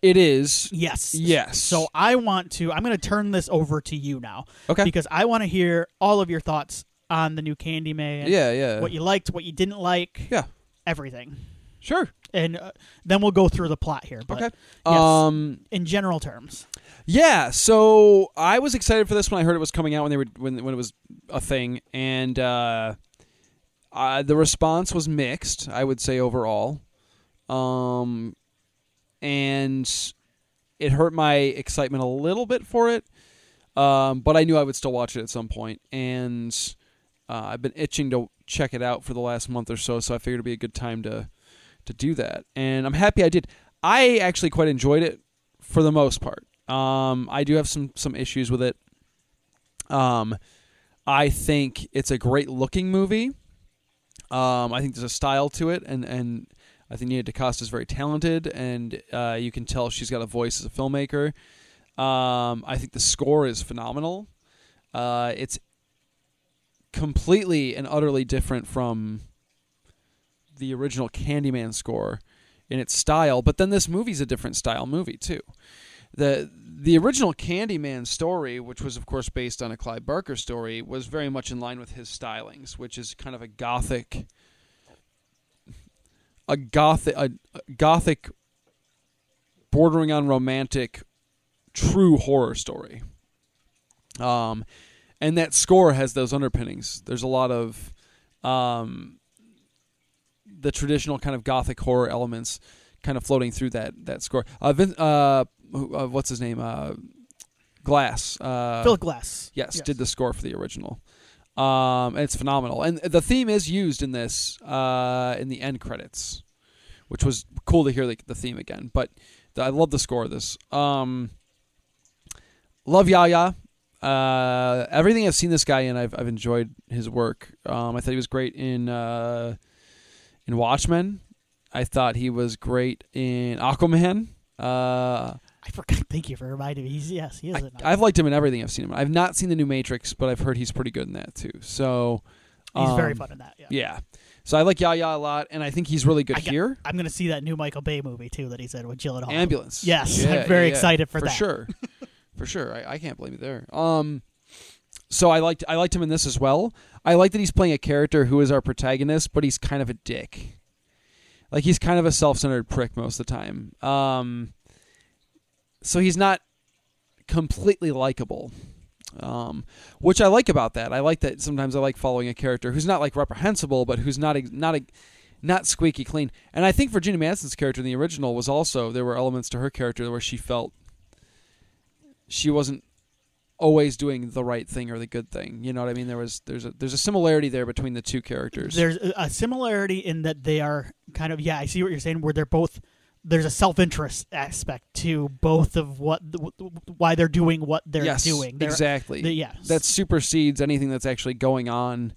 S2: It is.
S1: Yes.
S2: Yes.
S1: So I want to. I'm going to turn this over to you now
S2: okay.
S1: because I want to hear all of your thoughts on the new Candyman
S2: yeah, yeah.
S1: what you liked, what you didn't like,
S2: Yeah.
S1: everything,
S2: sure.
S1: and uh, then we'll go through the plot here. But
S2: Okay.
S1: yes.
S2: Um
S1: in general terms,
S2: Yeah, so I was excited for this when I heard it was coming out when they were when when it was a thing, and uh, uh, the response was mixed. I would say overall, um, and it hurt my excitement a little bit for it, um, but I knew I would still watch it at some point, and uh, I've been itching to check it out for the last month or so, so I figured it'd be a good time to to do that, and I'm happy I did. I actually quite enjoyed it for the most part. Um, I do have some some issues with it. Um, I think it's a great looking movie. Um, I think there's a style to it, and and I think Nia DaCosta is very talented, and uh, you can tell she's got a voice as a filmmaker. Um, I think the score is phenomenal. Uh, it's completely and utterly different from the original Candyman score in its style, but then this movie's a different style movie too. the the original Candyman story, which was of course based on a Clive Barker story, was very much in line with his stylings, which is kind of a gothic, a gothic, a, a gothic, bordering on romantic, true horror story. Um, and that score has those underpinnings. There's a lot of um, the traditional kind of gothic horror elements kind of floating through that that score. Uh, Vin, uh, who- uh, what's his name? Uh, Glass. Uh,
S1: Phil Glass.
S2: yes, did the score for the original. Um, and it's phenomenal, and the theme is used in this uh, in the end credits, which was cool to hear the, the theme again. But I love the score of this. Um, love Yaya. Uh, everything I've seen this guy in, I've I've enjoyed his work. Um, I thought he was great in uh, in Watchmen. I thought he was great in Aquaman. Uh,
S1: I forgot. Thank you for reminding me. He's, yes, he is.
S2: I,
S1: an
S2: I've liked him in everything I've seen him. in. I've not seen the new Matrix, but I've heard he's pretty good in that too. So
S1: He's very
S2: um,
S1: fun in that. Yeah.
S2: Yeah. So I like Yaya a lot, and I think he's really good
S1: I got-
S2: here.
S1: I'm gonna see that new Michael Bay movie too that he's in with Gyllenhaal.
S2: Ambulance.
S1: Yes,
S2: Yeah,
S1: I'm very
S2: yeah, yeah.
S1: excited for,
S2: for
S1: that.
S2: sure, for sure. I, I can't blame you there. Um, so I liked I liked him in this as well. I like that he's playing a character who is our protagonist, but he's kind of a dick. Like he's kind of a self-centered prick most of the time. Um, so he's not completely likable. Um, which I like about that. I like that sometimes I like following a character who's not like reprehensible, but who's not ex- not ex- not squeaky clean. And I think Virginia Manson's character in the original was also there were elements to her character where she felt she wasn't always doing the right thing or the good thing. You know what I mean? There was there's a there's a similarity there between the two characters.
S1: There's a a similarity in that they are kind of yeah. I see what you're saying. Where they're both there's a self interest aspect to both of what why they're doing what they're
S2: yes,
S1: doing. They're,
S2: exactly.
S1: they- yeah,
S2: that supersedes anything that's actually going on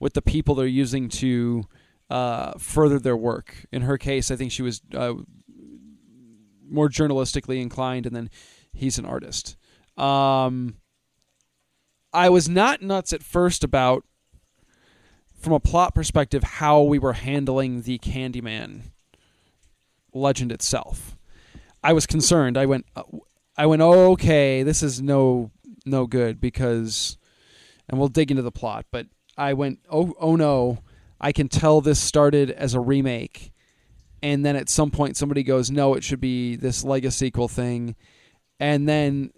S2: with the people they're using to uh, further their work. In her case, I think she was uh, more journalistically inclined, and then he's an artist. Um, I was not nuts at first about, from a plot perspective, how we were handling the Candyman legend itself. I was concerned. I went, uh, I went, oh, okay, this is no no good because, and we'll dig into the plot. But I went, oh oh no, I can tell this started as a remake, and then at some point somebody goes, no, it should be this Lego sequel thing, and then,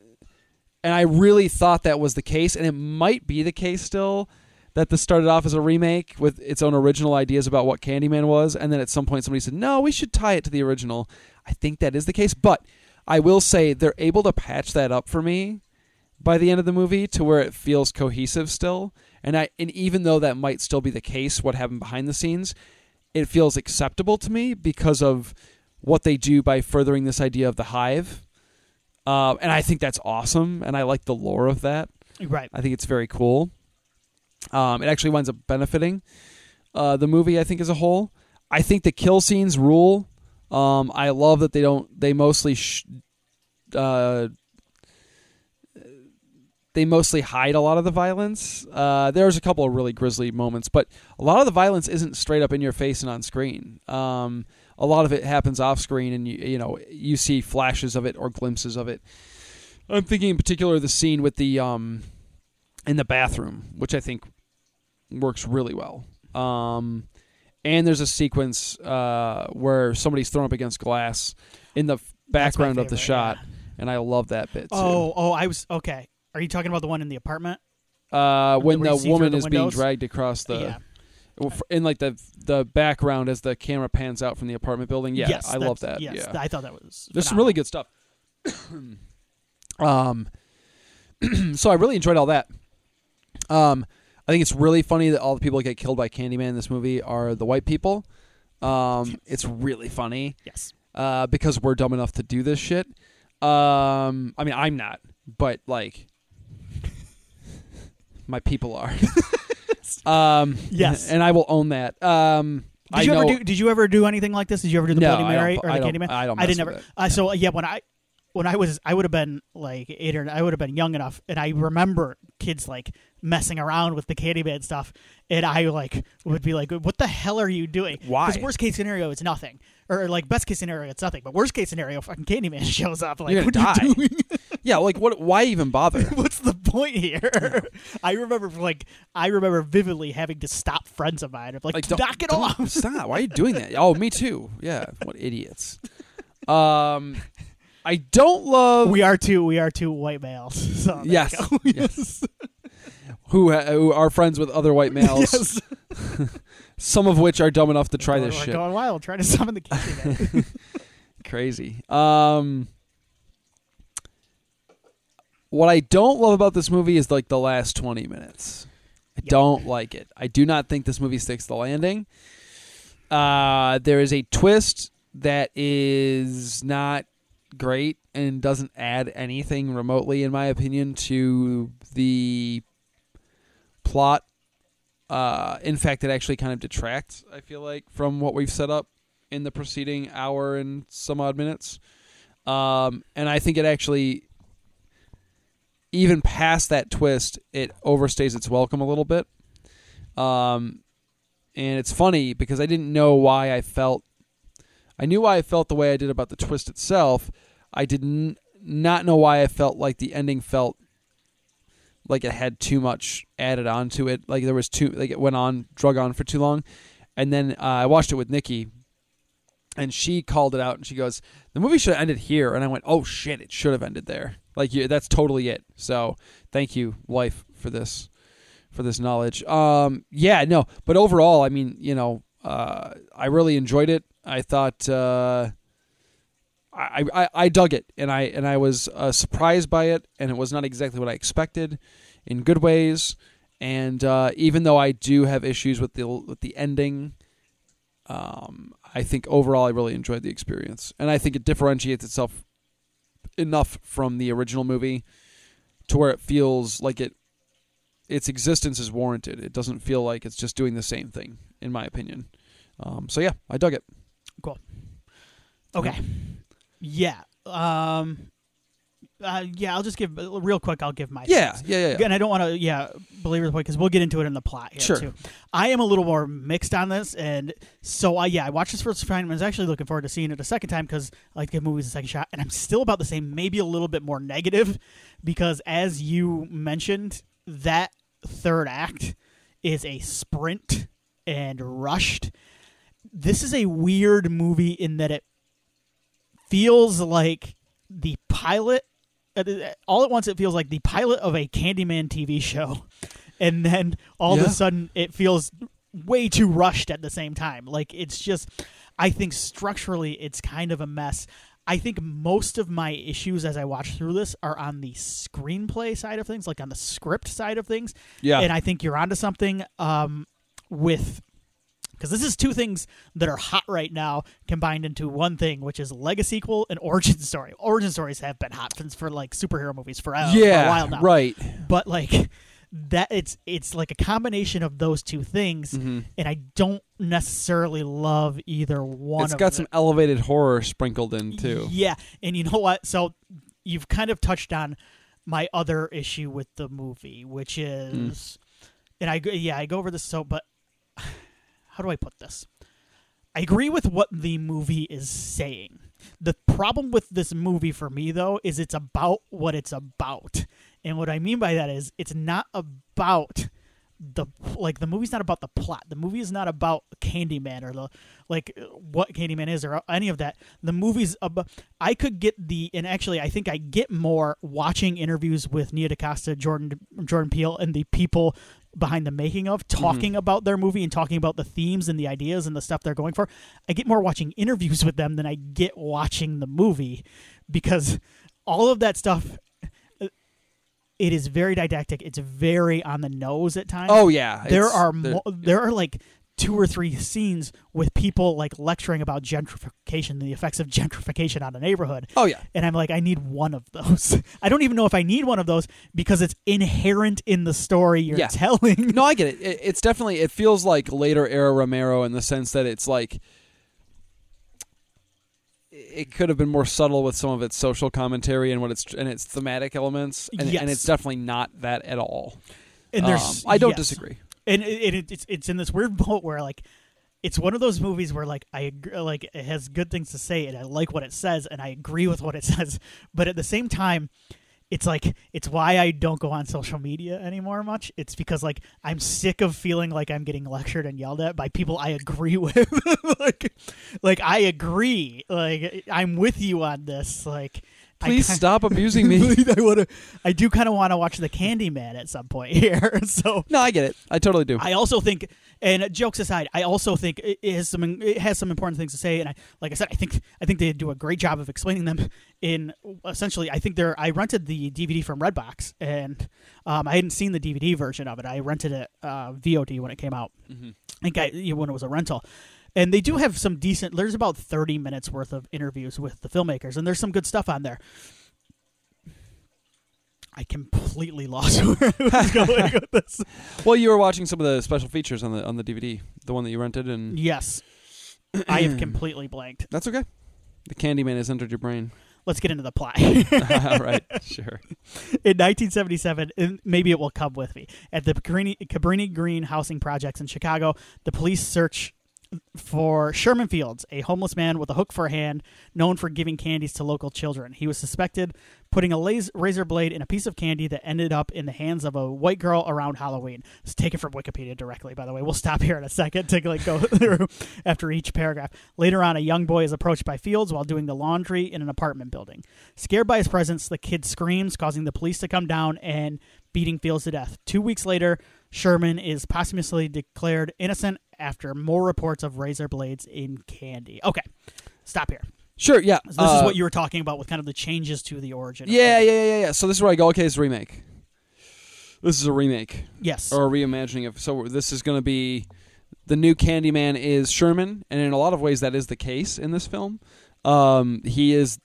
S2: and I really thought that was the case, and it might be the case still. That this started off as a remake with its own original ideas about what Candyman was, and then at some point somebody said, "No, we should tie it to the original." I think that is the case, but I will say they're able to patch that up for me by the end of the movie to where it feels cohesive still. And I and even though that might still be the case, what happened behind the scenes, it feels acceptable to me because of what they do by furthering this idea of the hive. Uh, and I think that's awesome, and I like the lore of that.
S1: right.
S2: I think it's very cool. Um, it actually winds up benefiting uh, the movie, I think, as a whole. I think the kill scenes rule. Um, I love that they don't. They mostly. Sh- uh, they mostly hide a lot of the violence. Uh, there's a couple of really grisly moments, but a lot of the violence isn't straight up in your face and on screen. Um, a lot of it happens off screen, and you you know you see flashes of it or glimpses of it. I'm thinking in particular the scene with the um, in the bathroom, which I think works really well. Um, and there's a sequence uh, where somebody's thrown up against glass in the f-
S1: That's my
S2: background of the
S1: favorite,
S2: shot,
S1: yeah.
S2: and I love that bit. Too.
S1: Oh, oh, I was okay. Are you talking about the one in the apartment?
S2: uh, when
S1: where you
S2: the
S1: see through
S2: woman
S1: the
S2: is being
S1: windows?
S2: dragged across
S1: yeah.
S2: the well, f- in like the the background as the camera pans out from the apartment building. Yeah,
S1: yes,
S2: I love
S1: that's-
S2: that.
S1: Yes,
S2: yeah,
S1: I thought that was.
S2: there's some really good stuff. um, so I really enjoyed all that. Um, I think it's really funny that all the people that get killed by Candyman in this movie are the white people. Um, it's really
S1: phenomenal.
S2: funny
S1: Yes.
S2: uh, because we're dumb enough to do this shit. Um, I mean, I'm not, but like, my people are. um,
S1: Yes.
S2: and I will own that. Um,
S1: Did
S2: I
S1: you
S2: know,
S1: ever do? Did you ever do anything like this? Did you ever do the
S2: No,
S1: Bloody
S2: I don't-
S1: Mary
S2: I
S1: or the
S2: don't-
S1: Candyman?
S2: I don't
S1: I didn't
S2: mess
S1: ever.
S2: with
S1: Uh, so yeah, when I when I was, I would have been like eight or I would have been young enough, and I remember kids like messing around with the Candyman stuff, and I like would be like, "What the hell are you doing?"
S2: Why?
S1: Because worst case scenario, it's nothing, or like best case scenario, it's nothing. But worst case scenario, fucking Candyman shows up. Like,
S2: You're
S1: what
S2: gonna
S1: are you
S2: die.
S1: doing?
S2: Yeah, like what? Why even bother?
S1: What's the point here? I remember like I remember vividly having to stop friends of mine. I'm like,
S2: Like don't-
S1: knock it
S2: don't-
S1: off.
S2: Stop! Why are you doing that? Oh, me too. Yeah, what idiots. Um, I don't love
S1: We are two. We are two white males. So there you
S2: Yes.
S1: go. yes.
S2: who, who are friends with other white males.
S1: Yes. Oh
S2: Some of which are dumb enough to try
S1: We're-
S2: this
S1: we're
S2: shit.
S1: Going wild, trying to summon the Candyman.
S2: Crazy. Um, what I don't love about this movie is like the last twenty minutes. I
S1: Yep.
S2: don't like it. I do not think this movie sticks the landing. Uh, there is a twist that is not great and doesn't add anything remotely, in my opinion, to the plot. Uh, in fact, it actually kind of detracts, I feel like, from what we've set up in the preceding hour and some odd minutes. Um, and I think it actually, even past that twist, it overstays its welcome a little bit. Um, and it's funny because I didn't know why I felt. I knew why I felt the way I did about the twist itself. I didn't not know why I felt like the ending felt like it had too much added on to it. Like there was too like it went on drug on for too long. And then uh, I watched it with Nikki, and she called it out and she goes, "The movie should have ended here." And I went, "Oh shit, it should have ended there." Like yeah, that's totally it. So thank you, life, for this for this knowledge. Um, yeah, no, but overall, I mean, you know, uh, I really enjoyed it. I thought uh, I, I I dug it, and I and I was uh, surprised by it, and it was not exactly what I expected, in good ways. And uh, even though I do have issues with the with the ending, um, I think overall I really enjoyed the experience, and I think it differentiates itself enough from the original movie to where it feels like it its existence is warranted. It doesn't feel like it's just doing the same thing, in my opinion. Um, so yeah, I dug it.
S1: Okay. Yeah. Um. Uh, yeah, I'll just give real quick. I'll give my
S2: Yeah,
S1: thoughts.
S2: yeah, yeah. yeah.
S1: And I don't want to, yeah, belabor the point because we'll get into it in the plot here
S2: Sure.
S1: too. I am a little more mixed on this, and so I, yeah, I watched this first time and was actually looking forward to seeing it a second time because I like to give movies a second shot, and I'm still about the same, maybe a little bit more negative, because as you mentioned, that third act is a sprint and rushed. This is a weird movie in that it feels like the pilot uh, all at once it feels like the pilot of a Candyman TV show, and then all of
S2: Yeah.
S1: a sudden it feels way too rushed at the same time. Like it's just, I think structurally it's kind of a mess. I think most of my issues as I watch through this are on the screenplay side of things, like on the script side of things
S2: Yeah.
S1: and I think you're onto something um, with because this is two things that are hot right now combined into one thing, which is legacy sequel and origin story. Origin stories have been hot since for like superhero movies forever, uh, for
S2: yeah,
S1: a while now.
S2: right.
S1: But like that, it's it's like a combination of those two things,
S2: Mm-hmm.
S1: and I don't necessarily love either one.
S2: It's
S1: of
S2: got
S1: them.
S2: some elevated horror sprinkled in too.
S1: Yeah, and you know what? So you've kind of touched on my other issue with the movie, which is, and I go- yeah I go over this so, but how do I put this? I agree with what the movie is saying. The problem with this movie for me though is it's about what it's about, and what I mean by that is it's not about the like the movie's not about the plot. The movie is not about Candyman or the like what Candyman is or any of that. The movie's about. I could get the and actually I think I get more watching interviews with Nia DaCosta, Jordan Jordan Peele, and the people behind the making of talking about their movie and talking about the themes and the ideas and the stuff they're going for. I get more watching interviews with them than I get watching the movie because all of that stuff. It is very didactic. It's very on the nose at times
S2: Oh yeah.
S1: there
S2: it's-
S1: are mo- there are like two or three scenes with people like lecturing about gentrification and the effects of gentrification on a neighborhood
S2: Oh yeah.
S1: and i'm like i need one of those i don't even know if i need one of those because it's inherent in the story you're
S2: Yeah.
S1: telling
S2: No, I get it. it. It's definitely it feels like later era Romero in the sense that it's like it could have been more subtle with some of its social commentary and what its and its thematic elements, and,
S1: Yes.
S2: and it's definitely not that at all.
S1: And there's
S2: Um, I don't
S1: yes.
S2: disagree.
S1: and it, it, it's it's in this weird boat where like it's one of those movies where like I ag- like it has good things to say and I like what it says and I agree with what it says, but at the same time, it's like it's why I don't go on social media anymore much. It's because like I'm sick of feeling like I'm getting lectured and yelled at by people I agree with. like, like I agree. Like I'm with you on this. Like. I
S2: Please
S1: kin-
S2: stop abusing me.
S1: I want to. I do kind of want to watch the Candyman at some point here. So
S2: no, I get it. I totally do.
S1: I also think, and jokes aside, I also think it it has some it has some important things to say. And I, like I said, I think I think they do a great job of explaining them. In essentially, I think they're. I rented the DVD from Redbox, and um, I hadn't seen the DVD version of it. I rented it uh, VOD when it came out.
S2: Mm-hmm.
S1: I think I, you know, when it was a rental. And they do have some decent. There's about thirty minutes worth of interviews with the filmmakers, and there's some good stuff on there. I completely lost where I was going with this.
S2: Well, you were watching some of the special features on the on the DVD, the one that you rented, and
S1: Yes. I have completely blanked.
S2: that's okay. The Candyman has entered your brain.
S1: Let's get into the plot. in
S2: All right, sure.
S1: 1977, and maybe it will come with me, at the Cabrini, Cabrini Green housing projects in Chicago, the police search for Sherman Fields, a homeless man with a hook for a hand known for giving candies to local children. He was suspected putting a las- razor blade in a piece of candy that ended up in the hands of a white girl around Halloween. It's taken from Wikipedia directly, by the way. We'll stop here in a second to like go through after each paragraph. Later on, a young boy is approached by Fields while doing the laundry in an apartment building. Scared by his presence, the kid screams, causing the police to come down and beating Fields to death. Two weeks later, Sherman is posthumously declared innocent after more reports of razor blades in candy. Okay, stop here.
S2: Sure, yeah.
S1: So this is
S2: uh,
S1: what you were talking about with kind of the changes to the origin. of
S2: Yeah,
S1: it.
S2: yeah, yeah, yeah. So this is where I go. Okay, it's a remake. This is a remake
S1: Yes.
S2: or a reimagining of. So this is going to be the new Candyman is Sherman, and in a lot of ways that is the case in this film. Um, he is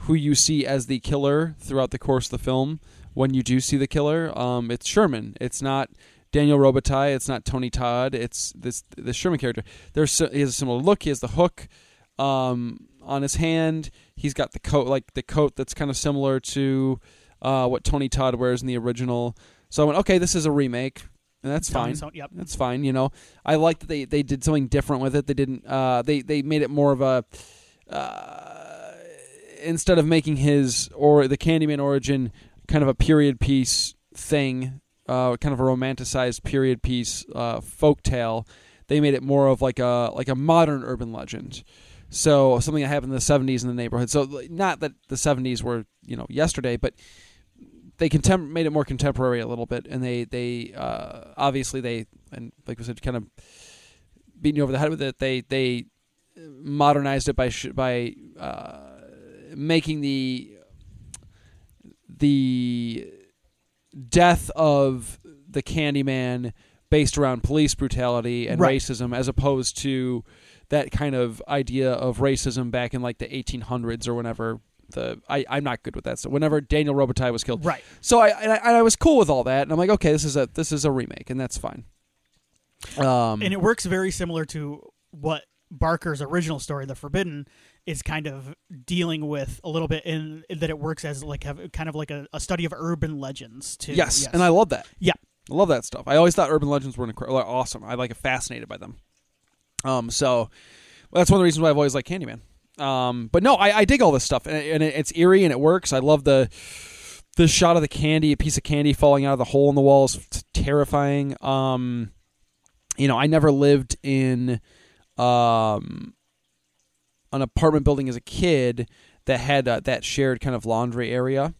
S2: who you see as the killer throughout the course of the film. When you do see the killer, um, it's Sherman. It's not Daniel Robitaille. It's not Tony Todd. It's this the Sherman character. There's si- he has a similar look. He has the hook um, on his hand. He's got the coat like the coat that's kind of similar to uh, what Tony Todd wears in the original. So I went, okay, this is a remake, and that's
S1: Telling
S2: fine.
S1: someone- yep.
S2: That's fine. You know, I like that they they did something different with it. They didn't. Uh, they they made it more of a. Uh, instead of making his or the Candyman origin kind of a period piece thing, uh, kind of a romanticized period piece uh, folktale, they made it more of like a like a modern urban legend. So something that happened in the '70s in the neighborhood. So like, not that the '70s were you know yesterday, but they contem- made it more contemporary a little bit, and they they uh, obviously they and like we said, kind of beating you over the head with it. They they modernized it by sh- by uh, making the the death of the Candyman based around police brutality and
S1: Right.
S2: racism, as opposed to that kind of idea of racism back in like the 1800s or whenever. The, I, I'm not good with that. So whenever Daniel Robitaille was killed,
S1: Right.
S2: so I and I, and I was cool with all that, and I'm like, okay, this is a this is a remake, and that's fine. Um,
S1: And it works very similar to what Barker's original story, The Forbidden, is kind of dealing with a little bit in that it works as like have, kind of like a, a study of urban legends too.
S2: yes, and I love that.
S1: Yeah.
S2: I love that stuff. I always thought urban legends were incre- like, awesome. I like fascinated by them. Um, so well, that's one of the reasons why I've always liked Candyman. Um, but no, I, I dig all this stuff, and, and it, it's eerie and it works. I love the the shot of the candy, a piece of candy falling out of the hole in the wall is f- terrifying. Um, you know, I never lived in um, an apartment building as a kid that had uh, that shared kind of laundry area.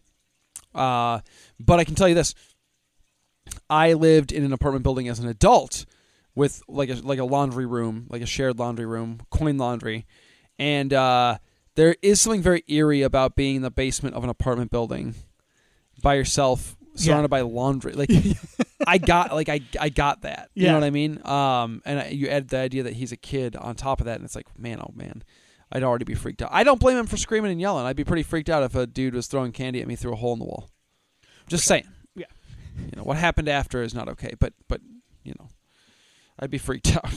S2: Uh, but I can tell you this: I lived in an apartment building as an adult with like a like a laundry room, like a shared laundry room, coin laundry, and uh, there is something very eerie about being in the basement of an apartment building by yourself, surrounded by laundry. Like I got like I I got that. You
S1: Yeah.
S2: know what I mean? Um, and I, you add the idea that he's a kid on top of that, and it's like, man, oh man. I'd already be freaked out. I don't blame him for screaming and yelling. I'd be pretty freaked out if a dude was throwing candy at me through a hole in the wall. Just saying.
S1: Yeah.
S2: You know what happened after is not okay, but but you know, I'd be freaked out.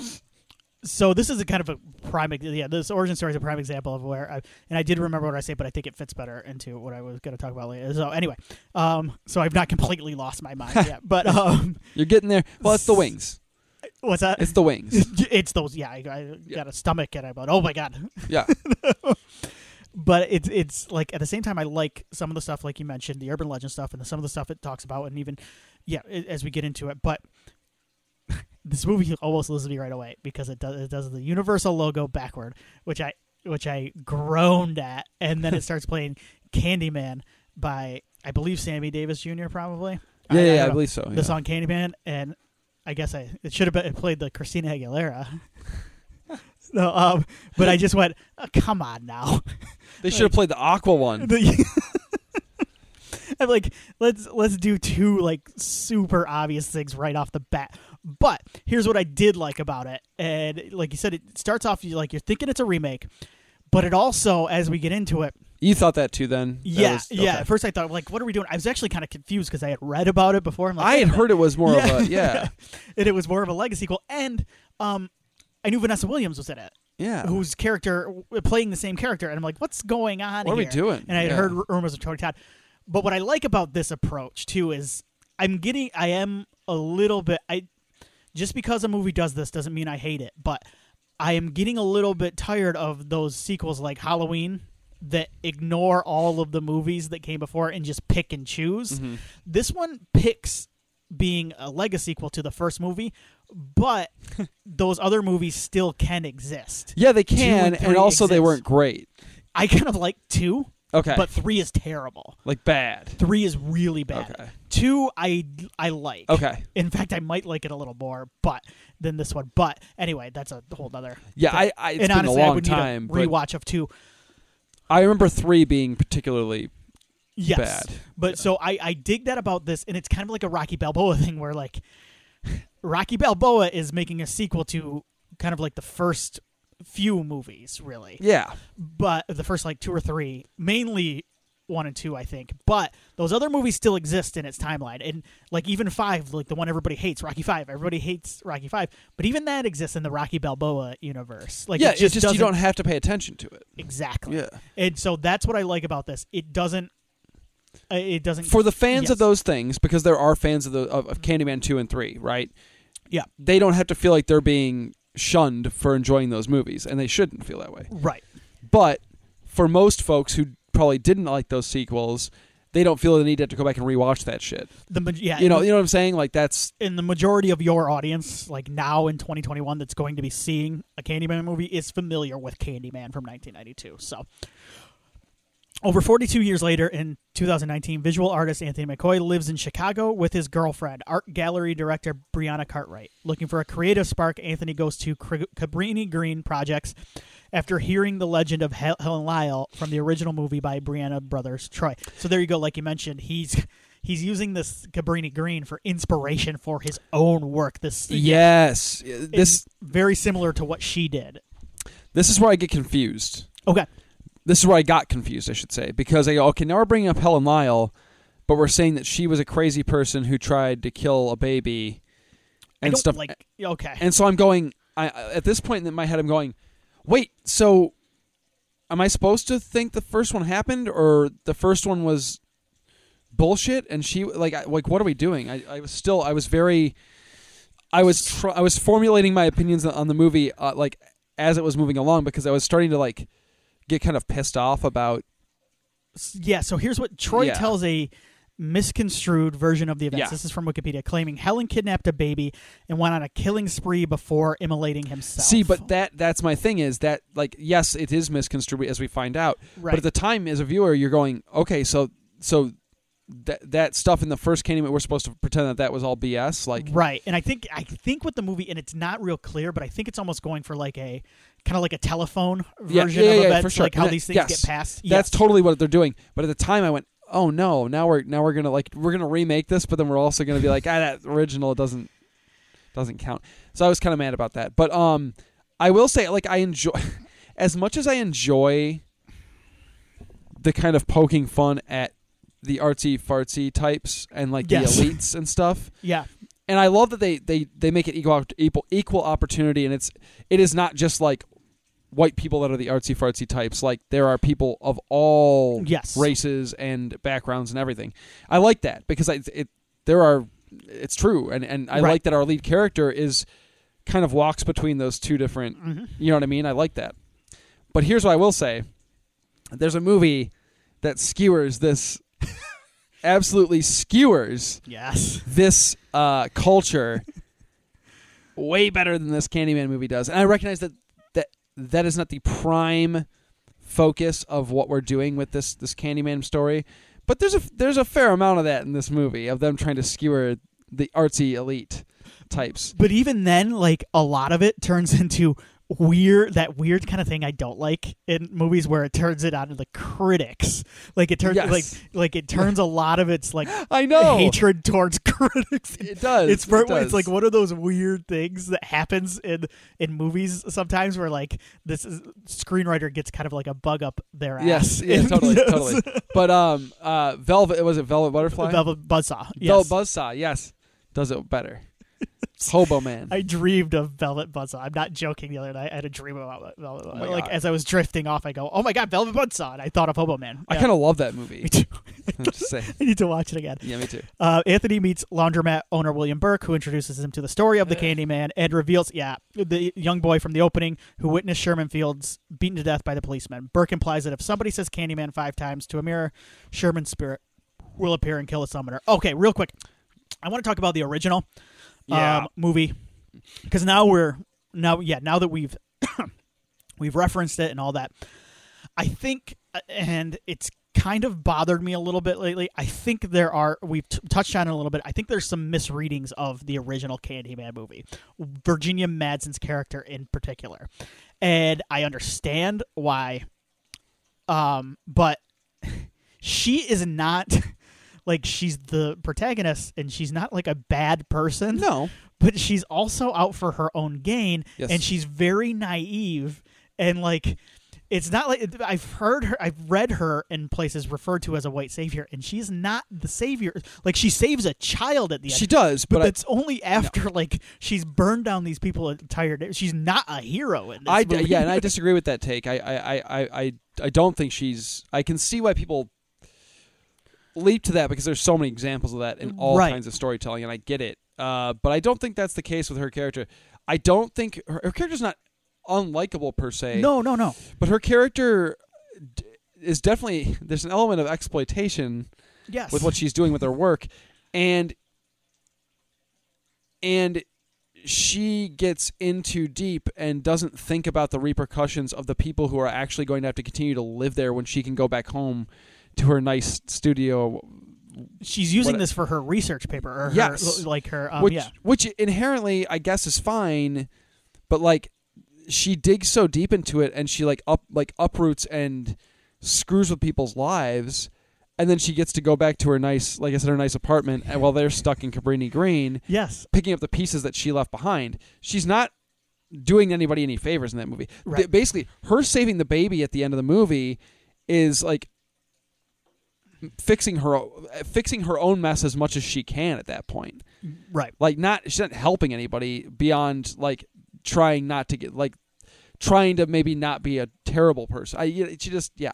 S1: so this is a kind of a prime ex- yeah this origin story is a prime example of where I, and I did remember what I say but I think it fits better into what I was going to talk about later so anyway um so I've not completely lost my mind yet but um
S2: You're getting there. Well, it's the wings.
S1: what's that
S2: It's the wings.
S1: it's those yeah I, I got a stomach and I'm like oh my god
S2: Yeah.
S1: but it's it's like at the same time I like some of the stuff like you mentioned the urban legend stuff and the, some of the stuff it talks about and even yeah a- as we get into it but this movie almost loses me right away because it does it does the universal logo backward which I which I groaned at and then it starts playing Candyman by I believe Sammy Davis Jr. probably
S2: Yeah, yeah,
S1: don't
S2: I
S1: know
S2: believe so.
S1: the
S2: Oh, yeah.
S1: song Candyman, and I guess I it should have been it played the Christina Aguilera. no, um, but I just went, oh, come on now.
S2: They should have played the Aqua one.
S1: The- I'm like, let's let's do two like super obvious things right off the bat. But here's what I did like about it, and like you said, it starts off you like you're thinking it's a remake, but it also as we get into it,
S2: You thought that too, then? That
S1: yeah,
S2: was-
S1: yeah.
S2: okay.
S1: At first I thought like, what are we doing? I was actually kind of confused because I had read about it before. I'm like,
S2: I
S1: wait a
S2: had
S1: minute.
S2: heard it was more of a yeah,
S1: and it was more of a legacy sequel. And um, I knew Vanessa Williams was in it,
S2: yeah.
S1: whose character playing the same character, and I'm like, what's going on?
S2: What are we
S1: here?
S2: doing?
S1: And I had
S2: Yeah.
S1: heard r- rumors of Tony Todd. But what I like about this approach too is I'm getting, I am a little bit, I just because a movie does this doesn't mean I hate it, but I am getting a little bit tired of those sequels like Halloween that ignore all of the movies that came before and just pick and choose.
S2: Mm-hmm.
S1: This one picks being a legacy sequel to the first movie, but those other movies still can exist.
S2: yeah, they
S1: and
S2: can,
S1: three
S2: and also they
S1: exist.
S2: weren't great.
S1: I kind of like two,
S2: Okay,
S1: but three is terrible.
S2: like bad.
S1: Three is really bad.
S2: Okay.
S1: Two, I I like.
S2: Okay,
S1: In fact, I might like it a little more, but than this one. But anyway, that's a whole other.
S2: yeah, I, I it's
S1: and
S2: been
S1: honestly,
S2: a
S1: I
S2: long
S1: would
S2: time.
S1: need a
S2: But
S1: rewatch of two.
S2: I remember three being particularly
S1: Yes,
S2: bad.
S1: but so I I dig that about this, and it's kind of like a Rocky Balboa thing, where like Rocky Balboa is making a sequel to kind of like the first few movies, really.
S2: Yeah,
S1: but the first like two or three, mainly one and two, I think. But those other movies still exist in its timeline, and like even five, like the one everybody hates, Rocky Five. Everybody hates Rocky Five, but even that exists in the Rocky Balboa universe. Like it
S2: yeah.
S1: just,
S2: it's just you
S1: doesn't-
S2: don't have to pay attention to it.
S1: exactly.
S2: Yeah,
S1: And so that's what I like about this. It doesn't. uh, It doesn't.
S2: for the
S1: Yes.
S2: fans
S1: Mm-hmm.
S2: of those things, because there are fans of the of, of Candyman two and three, right?
S1: Yeah.
S2: they don't have to feel like they're being shunned for enjoying those movies, and they shouldn't feel that way.
S1: right.
S2: But for most folks who probably didn't like those sequels, they don't feel the need to have to go back and rewatch that shit.
S1: The ma- yeah.
S2: You know, you know what I'm saying? Like that's
S1: in the majority of your audience, like now in 2021, that's going to be seeing a Candyman movie is familiar with Candyman from 1992. So, over 42 years later, in 2019, visual artist Anthony McCoy lives in Chicago with his girlfriend, art gallery director Brianna Cartwright. Looking for a creative spark, Anthony goes to Cri- Cabrini Green Projects after hearing the legend of Hel- Helen Lyle from the original movie by Brianna Brothers Troy. So there you go. Like you mentioned, he's he's using this Cabrini Green for inspiration for his own work. This
S2: yes. This
S1: is very similar to what she did.
S2: this is where I get confused.
S1: Okay,
S2: This is where I got confused, I should say, because I go, okay, now we're bringing up Helen Lyle, but we're saying that she was a crazy person who tried to kill a baby
S1: I
S2: and
S1: don't
S2: stuff.
S1: like okay.
S2: and so I'm going. I at this point in my head, I'm going, wait. So, am I supposed to think the first one happened, or the first one was bullshit? And she like, I, like, what are we doing? I, I was still, I was very, I was, tr- I was formulating my opinions on the movie, uh, like as it was moving along, because I was starting to like get kind of pissed off about.
S1: S- yeah, so here's what Troy
S2: Yeah.
S1: tells a misconstrued version of the events.
S2: Yeah.
S1: This is from Wikipedia, claiming Helen kidnapped a baby and went on a killing spree before immolating himself.
S2: See, but that that's my thing is that like yes, it is misconstrued as we find out.
S1: right.
S2: But at the time, as a viewer, you're going, okay, so so that that stuff in the first Candyman, we're supposed to pretend that that was all BS. Like,
S1: right and i think i think with the movie and it's not real clear but i think it's almost going for like a kind of like a telephone
S2: Yeah,
S1: version
S2: yeah,
S1: of
S2: yeah,
S1: events
S2: for sure.
S1: like how
S2: And that-
S1: these things
S2: yes.
S1: get passed
S2: that's
S1: Yes.
S2: totally what they're doing. But at the time, I went, oh no, now we're now we're gonna like we're gonna remake this, but then we're also gonna be like, ah, that original doesn't doesn't count. So I was kind of mad about that. But um, I will say, like, I enjoy as much as I enjoy the kind of poking fun at the artsy fartsy types and like
S1: Yes.
S2: the elites and stuff.
S1: yeah
S2: and I love that they they they make it equal equal equal opportunity, and it's it is not just like white people that are the artsy fartsy types. Like there are people of all
S1: Yes.
S2: races and backgrounds and everything. I like that because I it there are it's true, and and I
S1: Right.
S2: like that our lead character is kind of walks between those two different.
S1: Mm-hmm.
S2: You know what I mean? I like that. But here's what I will say: there's a movie that skewers this. absolutely skewers
S1: Yes.
S2: this uh, culture way better than this Candyman movie does. And I recognize that that that is not the prime focus of what we're doing with this this Candyman story, but there's a there's a fair amount of that in this movie of them trying to skewer the artsy elite types.
S1: But even then, like a lot of it turns into weird that weird kind of thing I don't like in movies where it turns it out to the critics. Like it turns
S2: Yes.
S1: like like it turns a lot of its like
S2: I know
S1: hatred towards critics.
S2: it does.
S1: It's ver-
S2: it does.
S1: it's like one of those weird things that happens in in movies sometimes where like this is, screenwriter gets kind of like a bug up their
S2: yes,
S1: ass.
S2: yeah, totally,
S1: Yes.
S2: totally. But um, uh, Velvet was it Velvet Butterfly?
S1: Velvet Buzzsaw.
S2: Velvet
S1: Yes.
S2: Buzzsaw, yes, does it better. Hobo Man.
S1: I dreamed of Velvet Buzzsaw. I'm not joking. The other night, I had a dream about Velvet.
S2: Oh my
S1: Buzzsaw. like
S2: God.
S1: as I was drifting off, I go, "Oh my god, Velvet Buzzsaw!" And I thought of Hobo Man.
S2: I
S1: Yeah.
S2: kind of love that movie.
S1: Me too.
S2: I'm just saying.
S1: I need to watch it again.
S2: Yeah, me too.
S1: Uh, Anthony meets laundromat owner William Burke, who introduces him to the story of the Candyman and reveals, yeah, the young boy from the opening who witnessed Sherman Fields beaten to death by the policeman. Burke implies that if somebody says Candyman five times to a mirror, Sherman's spirit will appear and kill a summoner. Okay, real quick, I want to talk about the original
S2: Yeah.
S1: um, movie because now we're now, yeah, now that we've we've referenced it and all that. I think, uh, and it's kind of bothered me a little bit lately. I think there are we've t- touched on it a little bit. I think there's some misreadings of the original Candyman movie, Virginia Madsen's character in particular, and I understand why. Um, but she is not like she's the protagonist, and she's not like a bad person
S2: No.
S1: but she's also out for her own gain
S2: Yes.
S1: and she's very naive and like it's not like I've heard her I've read her in places referred to as a white savior and she's not the savior like she saves a child at the
S2: She
S1: end
S2: does,
S1: but
S2: but,
S1: it's only after like she's burned down these people entire day. She's not a hero in this
S2: I, I
S1: movie.
S2: yeah, and I disagree with that take. I I, I, I- I I don't think she's. I can see why people leap to that because there's so many examples of that in all
S1: Right.
S2: kinds of storytelling, and I get it. Uh, but I don't think that's the case with her character. I don't think her, her character's not unlikable per se.
S1: no, no, no.
S2: but her character d- is definitely there's an element of exploitation
S1: Yes.
S2: with what she's doing with her work and and she gets in too deep and doesn't think about the repercussions of the people who are actually going to have to continue to live there when she can go back home to her nice studio
S1: she's using
S2: what-
S1: this for her research paper or her-
S2: Yes.
S1: like her um,
S2: which
S1: yeah.
S2: which inherently I guess is fine but like she digs so deep into it and she like up like uproots and screws with people's lives and then she gets to go back to her nice like I said her nice apartment and while they're stuck in Cabrini Green
S1: Yes.
S2: picking up the pieces that she left behind. She's not doing anybody any favors in that movie.
S1: Right.
S2: Th- basically, her saving the baby at the end of the movie is like fixing her o- fixing her own mess as much as she can at that point.
S1: Right.
S2: Like not she's not helping anybody beyond like trying not to get like trying to maybe not be a terrible person. I you- she just yeah.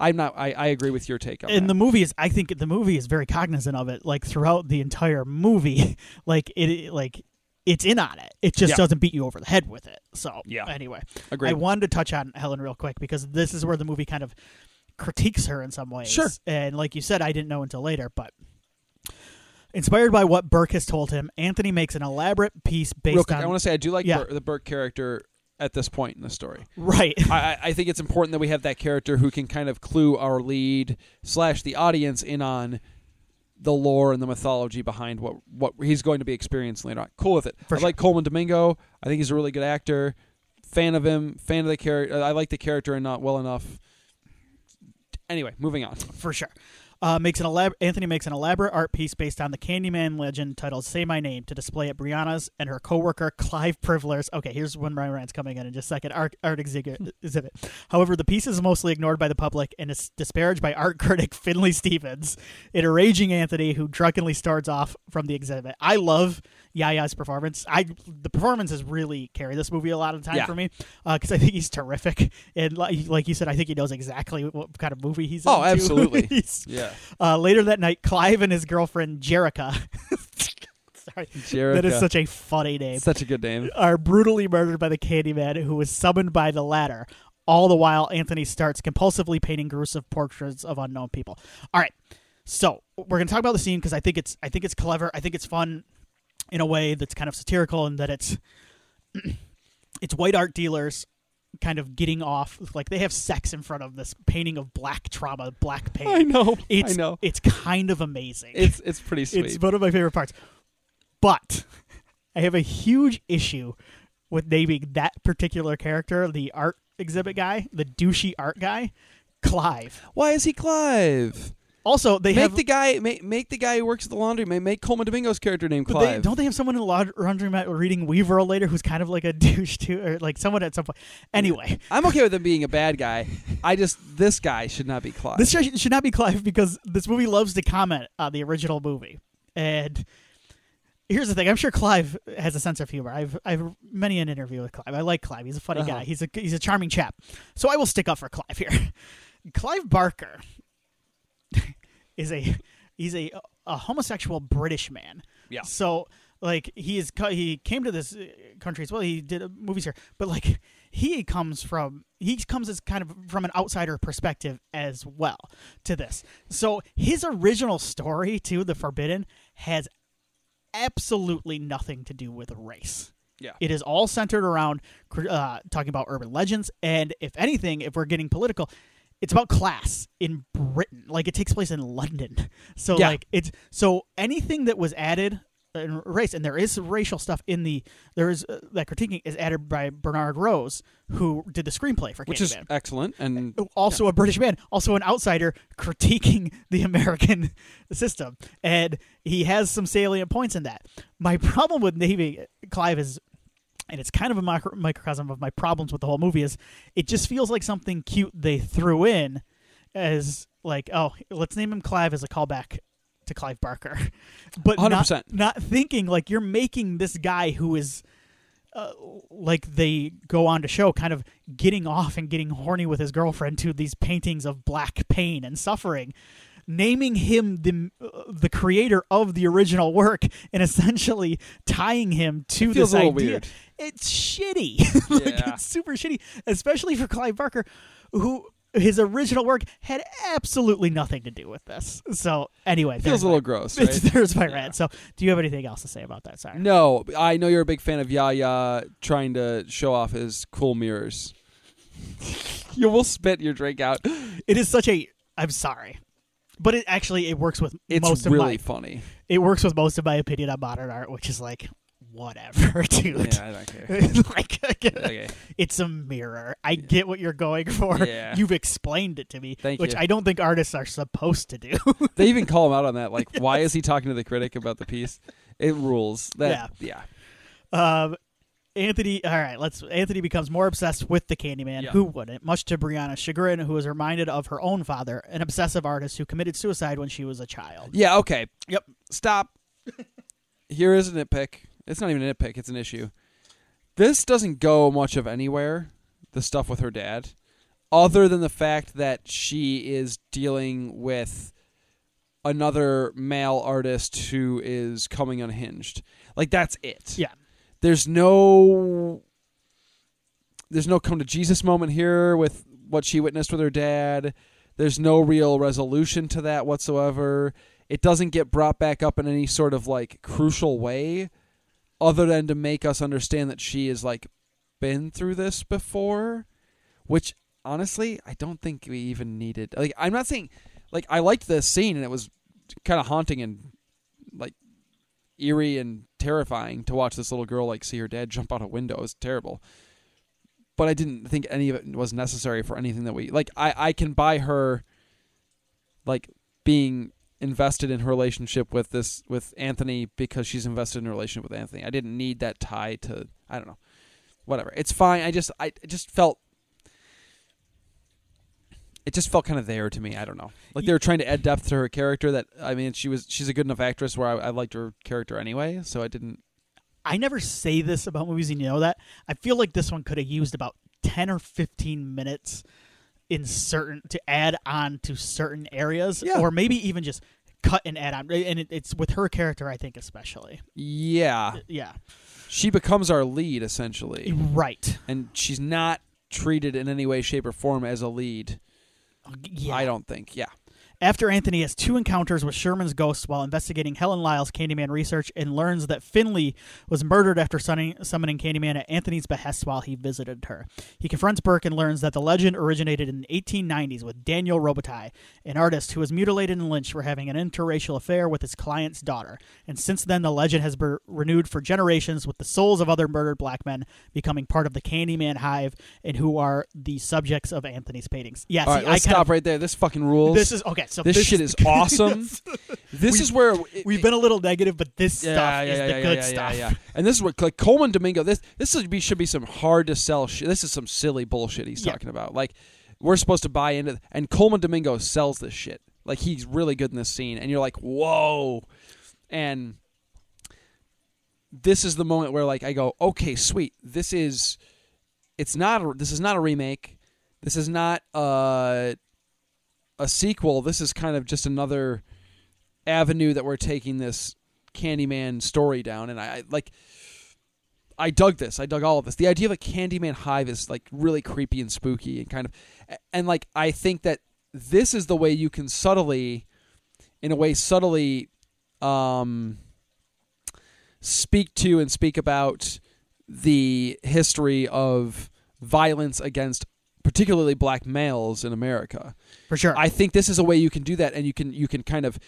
S2: I'm not I, I agree with your take on
S1: and
S2: that.
S1: the movie is i think the movie is very cognizant of it like throughout the entire movie like it- it like it's in on it it just
S2: Yeah.
S1: doesn't beat you over the head with it so
S2: Yeah.
S1: anyway
S2: Agreed.
S1: i wanted to touch on helen real quick because this is where the movie kind of critiques her in some ways
S2: Sure.
S1: and like you said i didn't know until later but inspired by what burke has told him anthony makes an elaborate piece based
S2: Real quick,
S1: on
S2: I want to say I do like
S1: Yeah.
S2: Bur- the Burke character at this point in the story.
S1: right
S2: I, I- I think it's important that we have that character who can kind of clue our lead slash the audience in on the lore and the mythology behind what what he's going to be experiencing later on. Cool with it.
S1: For
S2: I
S1: sure.
S2: like Coleman Domingo. I think he's a really good actor. Fan of him. Fan of the character. I like the character and not well enough. Anyway, moving on.
S1: for sure. Uh, makes an elab- Anthony makes an elaborate art piece based on the Candyman legend titled "Say My Name" to display at Brianna's and her coworker Clive Privler's. Okay, here's when my rant's coming in in just a second. Art art
S2: Hmm.
S1: exhibit. exhibit. However, the piece is mostly ignored by the public and is disparaged by art critic Finley Stevens in a raging Anthony who drunkenly starts off from the exhibit. I love Yaya's performance. I the performances really carry this movie a lot of the time
S2: Yeah.
S1: for me because I think he's terrific. And like, like you said, I think he knows exactly what kind of movie he's.
S2: Oh,
S1: into.
S2: absolutely.
S1: He's-
S2: Yeah.
S1: uh, later that night, Clive and his girlfriend Jerica. Sorry, that is such a funny name
S2: such a good name.
S1: are brutally murdered by the Candyman, who was summoned by the latter. All the while, Anthony starts compulsively painting gruesome portraits of unknown people. All right, so we're gonna talk about the scene because I think it's I think it's clever. I think it's fun in a way that's kind of satirical and that it's it's white art dealers kind of getting off like they have sex in front of this painting of black trauma, black pain.
S2: I know.
S1: It's
S2: I know.
S1: it's kind of amazing.
S2: It's it's pretty sweet.
S1: It's one of my favorite parts. But I have a huge issue with naming that particular character, the art exhibit guy, the douchey art guy, Clive.
S2: Why is he Clive?
S1: Also, they
S2: make
S1: have
S2: the guy make, make the guy who works at the laundry ma- make Coleman Domingo's character named
S1: but they,
S2: Clive.
S1: don't they have someone in the laund- laundromat reading Weaver later who's kind of like a douche too, or like someone at some point. Anyway,
S2: I'm okay with him being a bad guy. I just this guy should not be Clive.
S1: this should should not be Clive because this movie loves to comment on the original movie. And here's the thing: I'm sure Clive has a sense of humor. I've I've many an interview with Clive. I like Clive. He's a funny
S2: Uh-huh.
S1: guy. He's a he's a charming chap. So I will stick up for Clive here. Clive Barker is a he's a a homosexual British man.
S2: Yeah.
S1: So like he is co- he came to this uh, country as well. He did uh, movies here, but like he comes from he comes as kind of from an outsider perspective as well to this. So his original story to the Forbidden has absolutely nothing to do with race.
S2: yeah.
S1: It is all centered around uh, talking about urban legends, and if anything, if we're getting political, it's about class in Britain. Like it takes place in London, so
S2: Yeah.
S1: like it's so anything that was added uh, in race, and there is some racial stuff in the there is uh, that critiquing is added by Bernard Rose, who did the screenplay for
S2: Which is
S1: Candyman. Oh
S2: excellent and
S1: also a British man, also an outsider critiquing the American system. And he has some salient points in that. My problem with Navy uh, Clive is, and it's kind of a micro- microcosm of my problems with the whole movie, is it just feels like something cute they threw in as, like, oh, let's name him Clive as a callback to Clive Barker. But not,
S2: 100%.
S1: not thinking, like, you're making this guy who is uh, like they go on to show kind of getting off and getting horny with his girlfriend to these paintings of black pain and suffering naming him the uh, the creator of the original work and essentially tying him to
S2: It
S1: this
S2: feels a little
S1: idea
S2: weird.
S1: it's shitty like
S2: Yeah.
S1: it's super shitty especially for Clive Barker who his original work had absolutely nothing to do with this so anyway
S2: feels
S1: there's
S2: a little
S1: my-
S2: gross.
S1: it's-
S2: Right?
S1: there's my
S2: Yeah.
S1: rant so do you have anything else to say about that sorry
S2: No, I know you're a big fan of Yaya trying to show off his cool mirrors. you will spit your drink out.
S1: It is such a. I'm sorry, but it actually it works with
S2: It's
S1: most of
S2: really
S1: my.
S2: funny.
S1: It works with most of my opinion on modern art, which is like whatever, dude.
S2: I don't care.
S1: like
S2: Okay.
S1: it's a mirror. I get what you're going for.
S2: Yeah.
S1: You've explained it to me,
S2: Thank
S1: which
S2: you.
S1: I don't think artists are supposed to do.
S2: They even call him out on that. Like, why is he talking to the critic about the piece? It rules. That yeah.
S1: Um, Anthony, all right, let's. Anthony becomes more obsessed with the Candyman.
S2: Yeah.
S1: Who wouldn't? Much to Brianna's chagrin, who is reminded of her own father, an obsessive artist who committed suicide when she was a child.
S2: Yeah, okay.
S1: Yep.
S2: Stop. Here is a nitpick. It's not even a nitpick, it's an issue. This doesn't go much of anywhere, the stuff with her dad, other than the fact that she is dealing with another male artist who is coming unhinged. Like that's it.
S1: Yeah.
S2: There's no there's no come to Jesus moment here with what she witnessed with her dad. There's no real resolution to that whatsoever. It doesn't get brought back up in any sort of like crucial way other than to make us understand that she has like been through this before, which honestly, I don't think we even needed. Like I'm not saying like I liked this scene and it was kind of haunting and like eerie and terrifying to watch this little girl like see her dad jump out a window. It was terrible but I didn't think any of it was necessary for anything that we like. I I can buy her, like being invested in her relationship with this with Anthony because she's invested in a relationship with Anthony. I didn't need that tie to I don't know, whatever. It's fine. I just I it just felt. It just felt kind of there to me. I don't know. Like they were trying to add depth to her character. That I mean, she was she's a good enough actress where I, I liked her character anyway, so I didn't
S1: I never say this about movies, and you know that. I feel like this one could have used about ten or fifteen minutes in certain to add on to certain areas,
S2: Yeah.
S1: or maybe even just cut and add on. And it, it's with her character, I think, especially.
S2: Yeah,
S1: Yeah,
S2: she becomes our lead essentially,
S1: right.
S2: and she's not treated in any way, shape, or form as a lead.
S1: Oh, Yeah.
S2: I don't think. Yeah,
S1: After Anthony has two encounters with Sherman's ghost while investigating Helen Lyle's Candyman research and learns that Finley was murdered after sunning, summoning Candyman at Anthony's behest while he visited her. He confronts Burke and learns that the legend originated in the 1890s with Daniel Robitaille, an artist who was mutilated and lynched for having an interracial affair with his client's daughter. And since then, the legend has been renewed for generations with the souls of other murdered black men becoming part of the Candyman hive and who are the subjects of Anthony's paintings. Yes,
S2: All right,
S1: I
S2: let's
S1: kind
S2: stop
S1: of
S2: right there. This fucking rules.
S1: this is okay. So
S2: this, shit is awesome. this
S1: We-
S2: is where it-
S1: We've been a little negative, but this
S2: Yeah,
S1: stuff
S2: yeah,
S1: is
S2: yeah,
S1: the
S2: yeah,
S1: good
S2: yeah,
S1: stuff.
S2: Yeah, yeah. And this is what like Coleman Domingo. This this should be should be some hard to sell. Sh- this is some silly bullshit he's
S1: Yeah.
S2: talking about. Like we're supposed to buy into, and Coleman Domingo sells this shit. Like he's really good in this scene, and you're like, whoa. And this is the moment where like I go, okay, sweet. This is it's not a, this is not a remake. This is not uh a sequel. This is kind of just another avenue that we're taking this Candyman story down, and I, I like. I dug this. I dug all of this. The idea of a Candyman hive is like really creepy and spooky, and kind of, and like I think that this is the way you can subtly, in a way, subtly, um, speak to and speak about the history of violence against particularly black males in America.
S1: For sure.
S2: I think this is a way you can do that, and you can you can kind of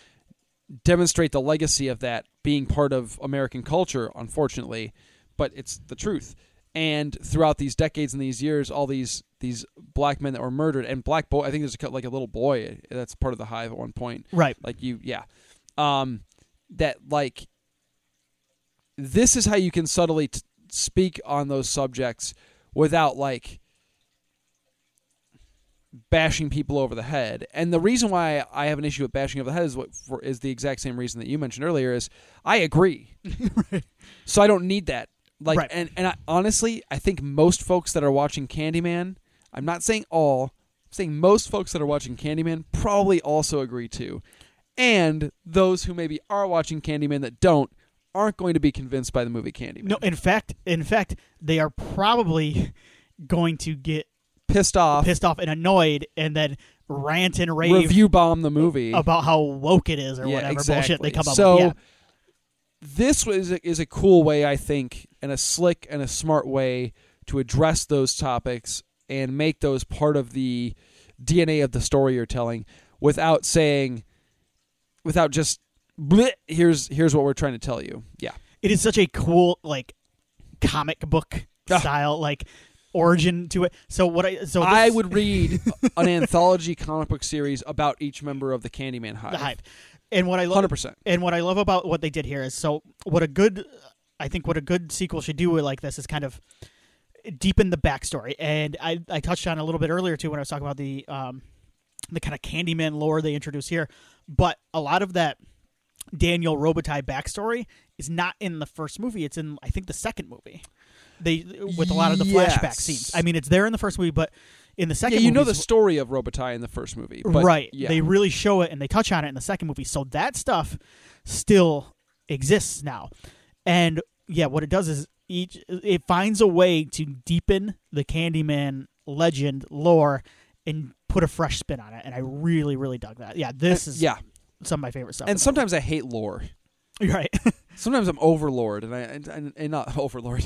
S2: demonstrate the legacy of that being part of American culture. Unfortunately, but it's the truth. And throughout these decades and these years, all these these black men that were murdered and black boy. I think there's a, cou- like a little boy eh, that's part of the hive at one point
S1: right.
S2: like you yeah um that like this is how you can subtly t- speak on those subjects without like bashing people over the head and the reason why i have an issue with bashing over the head is what for, is the exact same reason that you mentioned earlier is i agree so i don't need that like
S1: Right.
S2: and and I, honestly i think most folks that are watching candyman i'm not saying all i'm saying most folks that are watching candyman probably also agree too and those who maybe are watching Candyman that don't aren't going to be convinced by the movie Candyman.
S1: No, in fact, in fact, they are probably going to get
S2: pissed off,
S1: pissed off and annoyed, and then rant and rave
S2: review bomb the movie
S1: about how woke it is or
S2: yeah,
S1: whatever
S2: exactly.
S1: bullshit they come up
S2: so,
S1: with. Yeah.
S2: this was a, is a cool way, I think, and a slick and a smart way to address those topics and make those part of the DNA of the story you're telling, without saying, without just. "Bleh, Here's here's what we're trying to tell you. Yeah,
S1: It is such a cool like comic book
S2: Ah.
S1: style like origin to it. So what I so this,
S2: I would read an anthology comic book series about each member of the Candyman Hive.
S1: the hype. And what I love
S2: Hundred percent.
S1: and what I love about what they did here is so what a good I think what a good sequel should do like this is kind of deepen the backstory and I, I touched on it a little bit earlier too when I was talking about the um, the kind of Candyman lore they introduce here but a lot of that Daniel Robitaille backstory is not in the first movie it's in I think the second movie they with a lot of the
S2: Yes.
S1: flashback scenes I mean it's there in the first movie but in the
S2: Yeah,
S1: second
S2: you know
S1: movie
S2: the
S1: is-
S2: story of Robitaille in the first movie, but
S1: right.
S2: Yeah,
S1: They really show it and they touch on it in the second movie. So that stuff still exists now. And yeah, what it does is each it finds a way to deepen the Candyman legend lore and put a fresh spin on it. And I really, really dug that. Yeah, this is
S2: yeah.
S1: some of my favorite stuff.
S2: And sometimes I hate lore.
S1: You're right.
S2: Sometimes I'm overlord, and I and, and, and not overlord.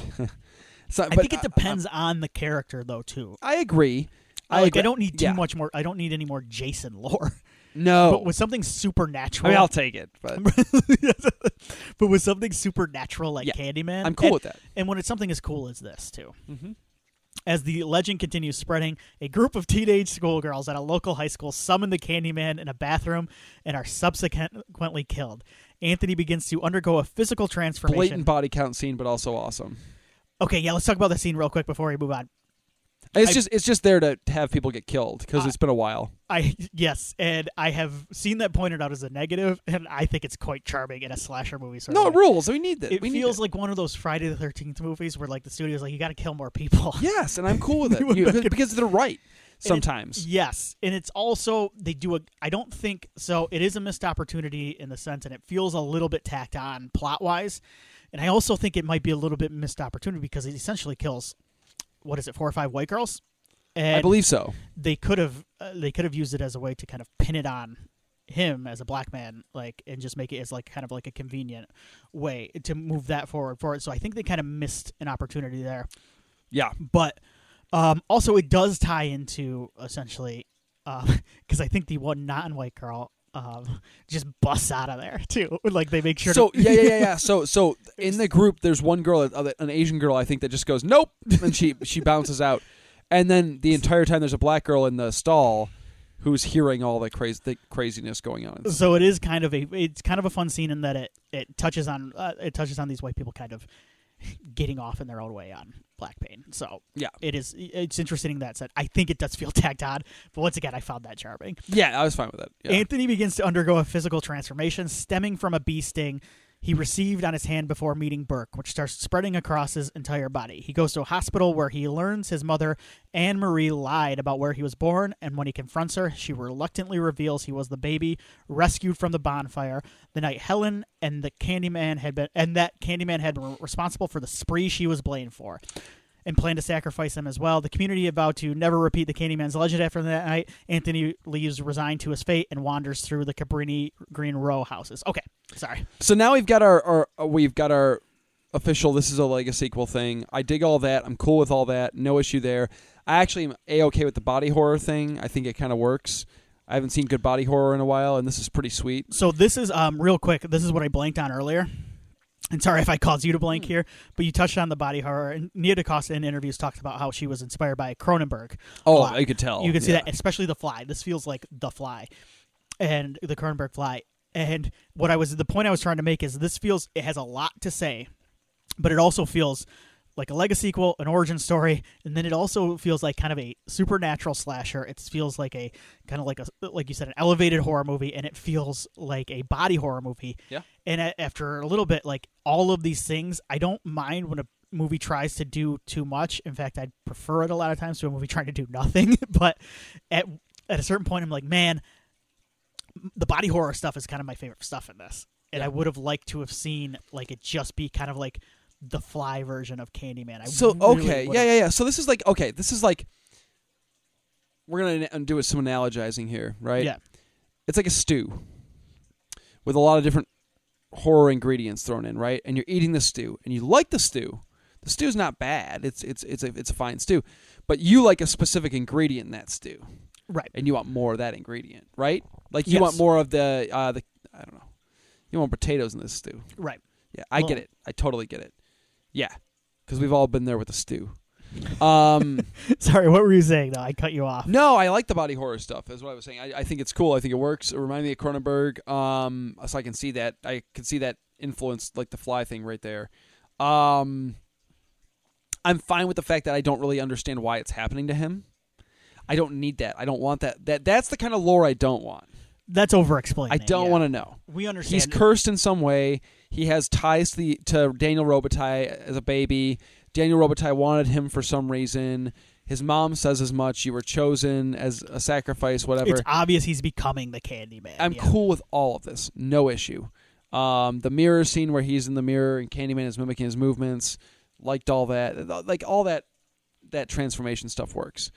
S2: so,
S1: I
S2: but
S1: think it depends on the character though too.
S2: I, I agree. I
S1: like
S2: agree.
S1: I don't need too
S2: yeah.
S1: much more I don't need any more Jason lore.
S2: No,
S1: But with something
S2: I
S1: supernatural
S2: mean I'll take it, but
S1: but with something supernatural like
S2: Yeah.
S1: Candyman.
S2: I'm cool
S1: and-
S2: with that.
S1: And when it's something as cool as this, too.
S2: Mm-hmm.
S1: As the legend continues spreading, a group of teenage schoolgirls at a local high school summon the Candyman in a bathroom and are subsequently killed. Anthony begins to undergo a physical transformation.
S2: Blatant body count scene, but also awesome.
S1: Okay, yeah, let's talk about the scene real quick before we move on.
S2: It's
S1: I-
S2: just it's just there to have people get killed because
S1: I-
S2: it's been a while.
S1: I yes, and I have seen that pointed out as a negative, and I think it's quite charming in a slasher movie. Sort
S2: No,
S1: of
S2: it
S1: way.
S2: rules. We need that.
S1: it
S2: we
S1: feels
S2: need
S1: like one of those Friday the Thirteenth movies where like the studio's like, you got to kill more people.
S2: it. yes, and I'm cool with
S1: We went
S2: it You-
S1: back and-
S2: because they're right sometimes.
S1: Yes, and it's also they do a. I don't think so. It is a missed opportunity in the sense, and it feels a little bit tacked on plot wise, and I also think it might be a little bit missed opportunity because it essentially kills, what is it, four or five white girls, and
S2: I believe so.
S1: they could have uh, they could have used it as a way to kind of pin it on him as a black man, like, and just make it as like kind of like a convenient way to move that forward for it. So I think they kind of missed an opportunity there
S2: Yeah,
S1: but um, also it does tie into essentially because I think the one non-white girl um, just busts out of there too. Like they make sure.
S2: So
S1: to,
S2: yeah, yeah, yeah, yeah. So so in the group, there's one girl, uh, an Asian girl, I think, that just goes nope, and she she bounces out, and then the entire time there's a black girl in the stall, who's hearing all the crazy the craziness going on.
S1: so it is kind of a it's kind of a fun scene in that it it touches on uh, it touches on these white people kind of getting off in their own way on black pain. So
S2: Yeah.
S1: it is it's interesting in that set. I think it does feel tagged on, but once again, I found that charming.
S2: Yeah, I was fine with that. Yeah.
S1: Anthony begins to undergo a physical transformation stemming from a bee sting he received on his hand before meeting Burke, which starts spreading across his entire body. He goes to a hospital where he learns his mother, Anne Marie, lied about where he was born, and when he confronts her, she reluctantly reveals he was the baby rescued from the bonfire the night Helen and the Candyman had been, and that Candyman had been responsible for the spree she was blamed for and plan to sacrifice him as well. The community vowed to never repeat the Candyman's legend after that night. Anthony leaves resigned to his fate and wanders through the Cabrini Green Row houses. Okay, sorry.
S2: So now we've got our, our uh, we've got our official. This is a Lego sequel thing. I dig all that. I'm cool with all that. No issue there. I actually am a okay with the body horror thing. I think it kind of works. I haven't seen good body horror in a while, and this is pretty sweet.
S1: So this is um real quick. This is what I blanked on earlier. And sorry if I caused you to blank here, but you touched on the body horror. And Nia DaCosta in interviews talks about how she was inspired by Cronenberg. a
S2: Oh,
S1: lot.
S2: I could tell.
S1: You can see
S2: Yeah.
S1: that, especially the fly. This feels like the fly and the Cronenberg fly. And what I was the point I was trying to make is this feels it has a lot to say, but it also feels like a Lego sequel, an origin story, and then it also feels like kind of a supernatural slasher. It feels like a kind of like a like you said an elevated horror movie, and it feels like a body horror movie.
S2: Yeah.
S1: And a- after a little bit, like all of these things, I don't mind when a movie tries to do too much. In fact, I'd prefer it a lot of times to a movie trying to do nothing. but at at a certain point, I'm like, man, the body horror stuff is kind of my favorite stuff in this, and I would have liked to have seen like it just be kind of like the fly version of Candyman. I
S2: so
S1: really
S2: okay
S1: would've-
S2: yeah yeah yeah so this is like okay this is like we're gonna an- do some analogizing here right
S1: yeah.
S2: it's like a stew with a lot of different horror ingredients thrown in right and you're eating the stew and you like the stew the stew's not bad it's it's it's a, it's a fine stew but you like a specific ingredient in that stew
S1: Right.
S2: and you want more of that ingredient right like you
S1: Yes.
S2: want more of the uh the i don't know you want potatoes in this stew
S1: Right.
S2: yeah, I get
S1: Well-
S2: it. I totally get it. Yeah, because we've all been there with the stew. Um,
S1: Sorry, what were you saying though? I cut you off.
S2: no, I like the body horror stuff. Is what I was saying. I, I think it's cool. I think it works. It reminded me of Cronenberg. Um, so I can see that. I can see that influence, like the fly thing, right there. Um, I'm fine with the fact that I don't really understand why it's happening to him. I don't need that. I don't want that. That that's the kind of lore I don't want.
S1: That's over explaining.
S2: I don't want to know.
S1: to. We understand.
S2: He's cursed in some way. He has ties to the to Daniel Robitaille as a baby. Daniel Robitaille wanted him for some reason. His mom says as much. You were chosen as a sacrifice, whatever.
S1: It's obvious he's becoming the Candyman.
S2: I'm
S1: yeah.
S2: cool with all of this. No issue. Um, the mirror scene where he's in the mirror and Candyman is mimicking his movements, liked all that. Like all that, that transformation stuff works.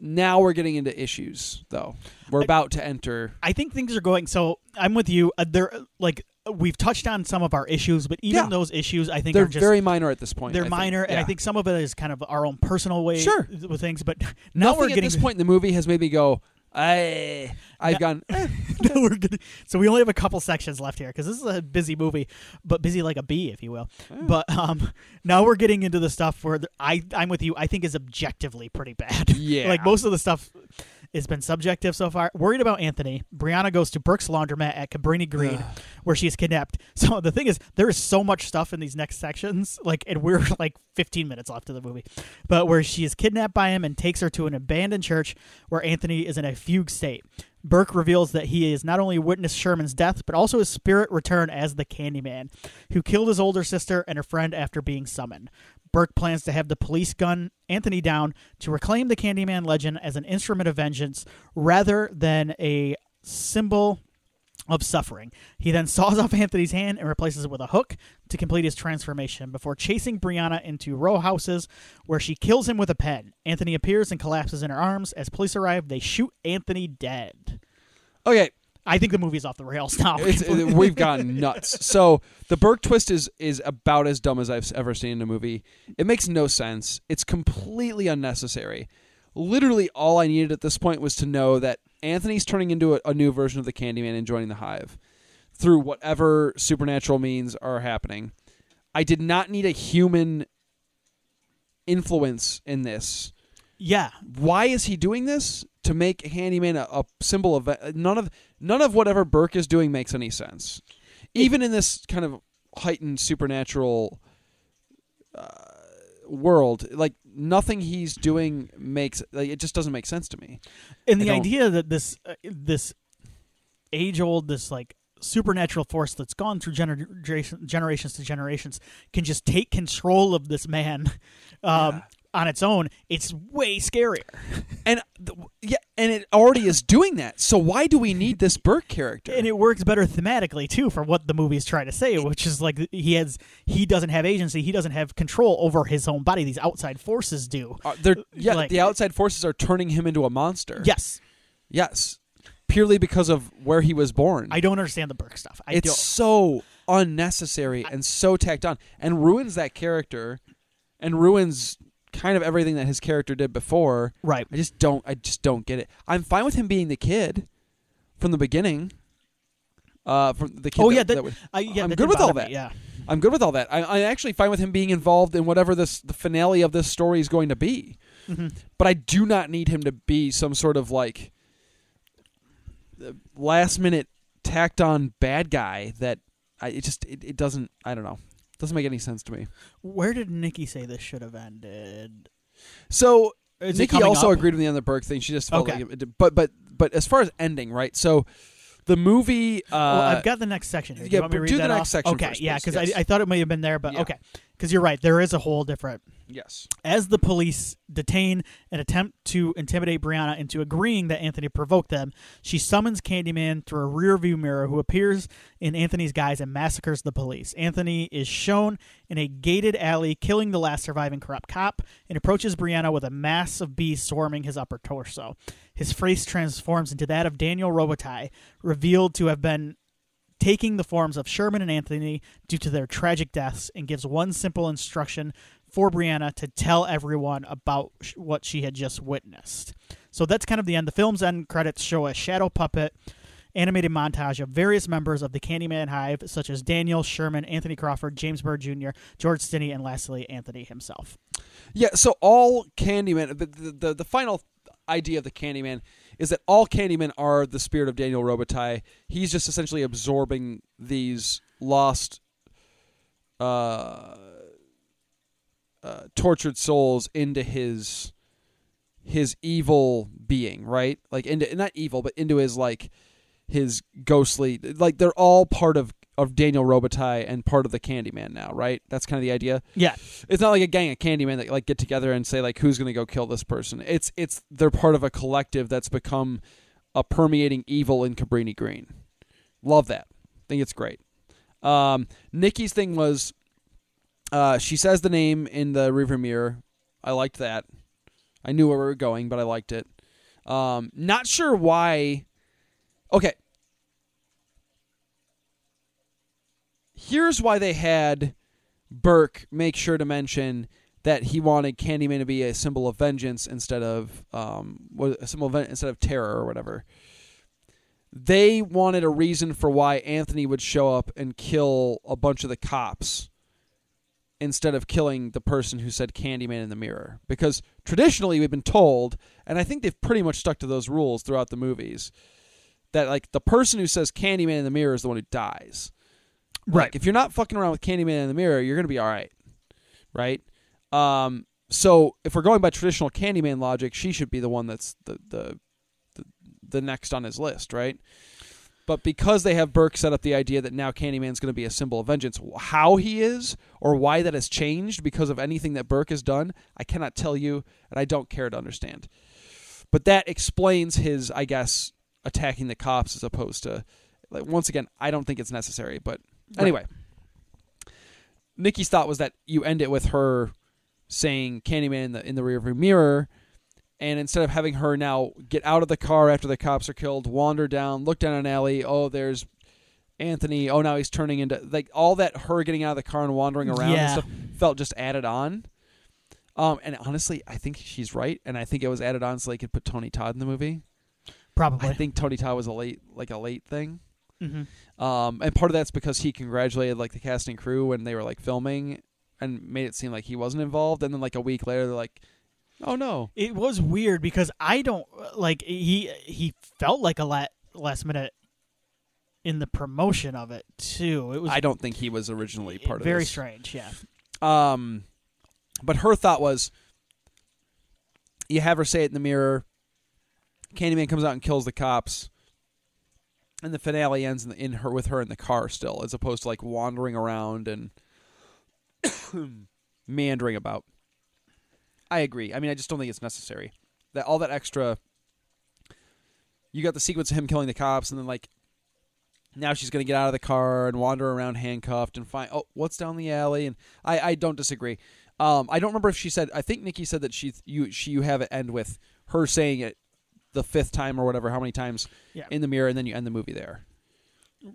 S2: Now we're getting into issues, though. We're
S1: I-
S2: about to enter.
S1: I think things are going. So I'm with you. Uh, There, like we've touched on some of our issues, but even
S2: Yeah.
S1: those issues, I think,
S2: They're
S1: are just
S2: very minor at this point.
S1: they're
S2: I think.
S1: minor, and I
S2: Yeah.
S1: think some of it is kind of our own personal way
S2: Sure.
S1: with things. But now
S2: Nothing
S1: we're
S2: at
S1: getting
S2: this point in the movie has made me go, I, I've
S1: Yeah.
S2: gone. eh.
S1: now we're getting, so we only have a couple sections left here because this is a busy movie, but busy like a bee, if you will. But um, now we're getting into the stuff where the, I I'm with you. I think is objectively pretty bad.
S2: Yeah.
S1: like most of the stuff has been subjective so far. Worried about Anthony, Brianna goes to Brooks' laundromat at Cabrini Green, where she's kidnapped. So the thing is, there is so much stuff in these next sections, like, and we're like 15 minutes left of the movie, but where she is kidnapped by him and takes her to an abandoned church where Anthony is in a fugue state. Burke reveals that he has not only witnessed Sherman's death, but also his spirit return as the Candyman, who killed his older sister and her friend after being summoned. Burke plans to have the police gun Anthony down to reclaim the Candyman legend as an instrument of vengeance rather than a symbol of suffering. He then saws off Anthony's hand and replaces it with a hook to complete his transformation before chasing Brianna into row houses where she kills him with a pen. Anthony appears and collapses in her arms. As police arrive, they shoot Anthony dead.
S2: Okay,
S1: I think the movie's off the rails now.
S2: it's, it- we've gotten nuts. So the Burke twist is is about as dumb as I've ever seen in a movie. It makes no sense. It's completely unnecessary. Literally, all I needed at this point was to know that Anthony's turning into a, a new version of the Candyman and joining the Hive through whatever supernatural means are happening. I did not need a human influence in this
S1: yeah.
S2: why is he doing this to make handyman a, a symbol of none of none of whatever burke is doing makes any sense even in this kind of heightened supernatural uh, world like nothing he's doing makes like, it just doesn't make sense to me
S1: and
S2: I
S1: the
S2: don't-
S1: idea that this uh, this age old this like supernatural force that's gone through generation, generations to generations can just take control of this man um, on its own it's way scarier
S2: and th- yeah and it already is doing that so why do we need this burke character
S1: and it works better thematically too for what the movie is trying to say which is like he has he doesn't have agency he doesn't have control over his own body these outside forces do
S2: Uh, they're, yeah,
S1: like-
S2: the outside forces are turning him into a monster.
S1: yes
S2: Yes. Purely because of where he was born.
S1: i don't understand the burke stuff i
S2: it's
S1: don't
S2: so unnecessary and so tacked on and ruins that character and ruins kind of everything that his character did before
S1: right
S2: i just don't i just don't get it i'm fine with him being the kid from the beginning uh from the kid
S1: oh
S2: that-
S1: yeah, that,
S2: that was-
S1: I, yeah
S2: i'm
S1: that
S2: good
S1: did
S2: with all
S1: bother me, yeah
S2: that i'm good with all that I, i'm actually fine with him being involved in whatever this the finale of this story is going to be
S1: Mhm.
S2: but i do not need him to be some sort of like uh, last minute tacked on bad guy that I it just it, it doesn't I don't know doesn't make any sense to me.
S1: Where did Nikki say this should have ended?
S2: So
S1: Is it
S2: Nikki
S1: coming
S2: also
S1: up?
S2: agreed with me on the Burke thing. She just felt
S1: Okay.
S2: like it, did- but but but as far as ending right, so the movie uh,
S1: Well, Oh, I've got the next section. Here. Do you
S2: yeah,
S1: want me to
S2: but
S1: read
S2: do
S1: that
S2: the next
S1: off?
S2: section
S1: Okay,
S2: first,
S1: yeah,
S2: please.
S1: because
S2: Yes.
S1: I, I thought it may have been there, but
S2: Yeah.
S1: okay, because you're right. There is a whole different.
S2: yes
S1: As the police detain and attempt to intimidate Brianna into agreeing that Anthony provoked them, she summons Candyman through a rearview mirror who appears in Anthony's guise and massacres the police. Anthony is shown in a gated alley killing the last surviving corrupt cop and approaches Brianna with a mass of bees swarming his upper torso. His face transforms into that of Daniel Robitaille, revealed to have been taking the forms of Sherman and Anthony due to their tragic deaths, and gives one simple instruction for Brianna to tell everyone about sh- what she had just witnessed. So that's kind of the end. The film's end credits show a shadow puppet animated montage of various members of the Candyman Hive, such as Daniel, Sherman, Anthony Crawford, James Byrd Jr., George Stinney, and lastly, Anthony himself.
S2: yeah so all Candyman the the, the, the final idea of the Candyman is that all Candymen are the spirit of Daniel Robitaille. He's just essentially absorbing these lost uh, uh, tortured souls into his his evil being, right? Like into not evil, but into his like his ghostly like they're all part of of Daniel Robitaille and part of the Candyman now, right? That's kind of the idea.
S1: Yeah.
S2: It's not like a gang of Candyman that like get together and say like who's going to go kill this person. It's it's they're part of a collective that's become a permeating evil in Cabrini Green. Love that. Think it's great. Um, Nikki's thing was uh, she says the name in the rearview mirror. I liked that. I knew where we were going, but I liked it. Um, not sure why. Okay. Here's why they had Burke make sure to mention that he wanted Candyman to be a symbol of vengeance instead of um, wa- a symbol of ven- instead of terror or whatever. They wanted a reason for why Anthony would show up and kill a bunch of the cops instead of killing the person who said Candyman in the mirror. Because traditionally we've been told, and I think they've pretty much stuck to those rules throughout the movies, that like the person who says Candyman in the mirror is the one who dies.
S1: Right.
S2: Like, if you're not fucking around with Candyman in the mirror, you're gonna be all right, right? Um, so if we're going by traditional Candyman logic, she should be the one that's the the the, the next on his list, right? But because they have Burke set up the idea that now Candyman's going to be a symbol of vengeance, how he is or why that has changed because of anything that Burke has done, I cannot tell you, and I don't care to understand. But that explains his, I guess, attacking the cops as opposed to, like, once again, I don't think it's necessary. But anyway, Nikki's thought was that you end it with her saying Candyman in the, in the rearview mirror, and instead of having her now get out of the car after the cops are killed, wander down, look down an alley, oh there's Anthony, oh now he's turning into like all that her getting out of the car and wandering around and
S1: Yeah.
S2: stuff felt just added on. Um, and honestly, I think she's right, and I think it was added on so they could put Tony Todd in the movie.
S1: Probably.
S2: I think Tony Todd was a late, like a late thing.
S1: mm-hmm.
S2: Um, and part of that's because he congratulated like the casting crew when they were like filming and made it seem like he wasn't involved. And then like a week later, they're like, "Oh no,
S1: It was weird because I don't like he he felt like a la- last minute in the promotion of it too. It was
S2: I don't think he was originally part of
S1: very
S2: this."
S1: strange. Yeah,
S2: Um, but her thought was, you have her say it in the mirror. Candyman comes out and kills the cops, and the finale ends in, in her with her in the car still, as opposed to like wandering around and meandering about. I agree. I mean, I just don't think it's necessary. That all that extra. You got the sequence of him killing the cops, and then like now she's going to get out of the car and wander around handcuffed and find oh what's down the alley and I, I don't disagree. Um, I don't remember if she said I think Nikki said that she you she you have it end with her saying it the fifth time or whatever how many times
S1: Yeah.
S2: in the mirror and then you end the movie there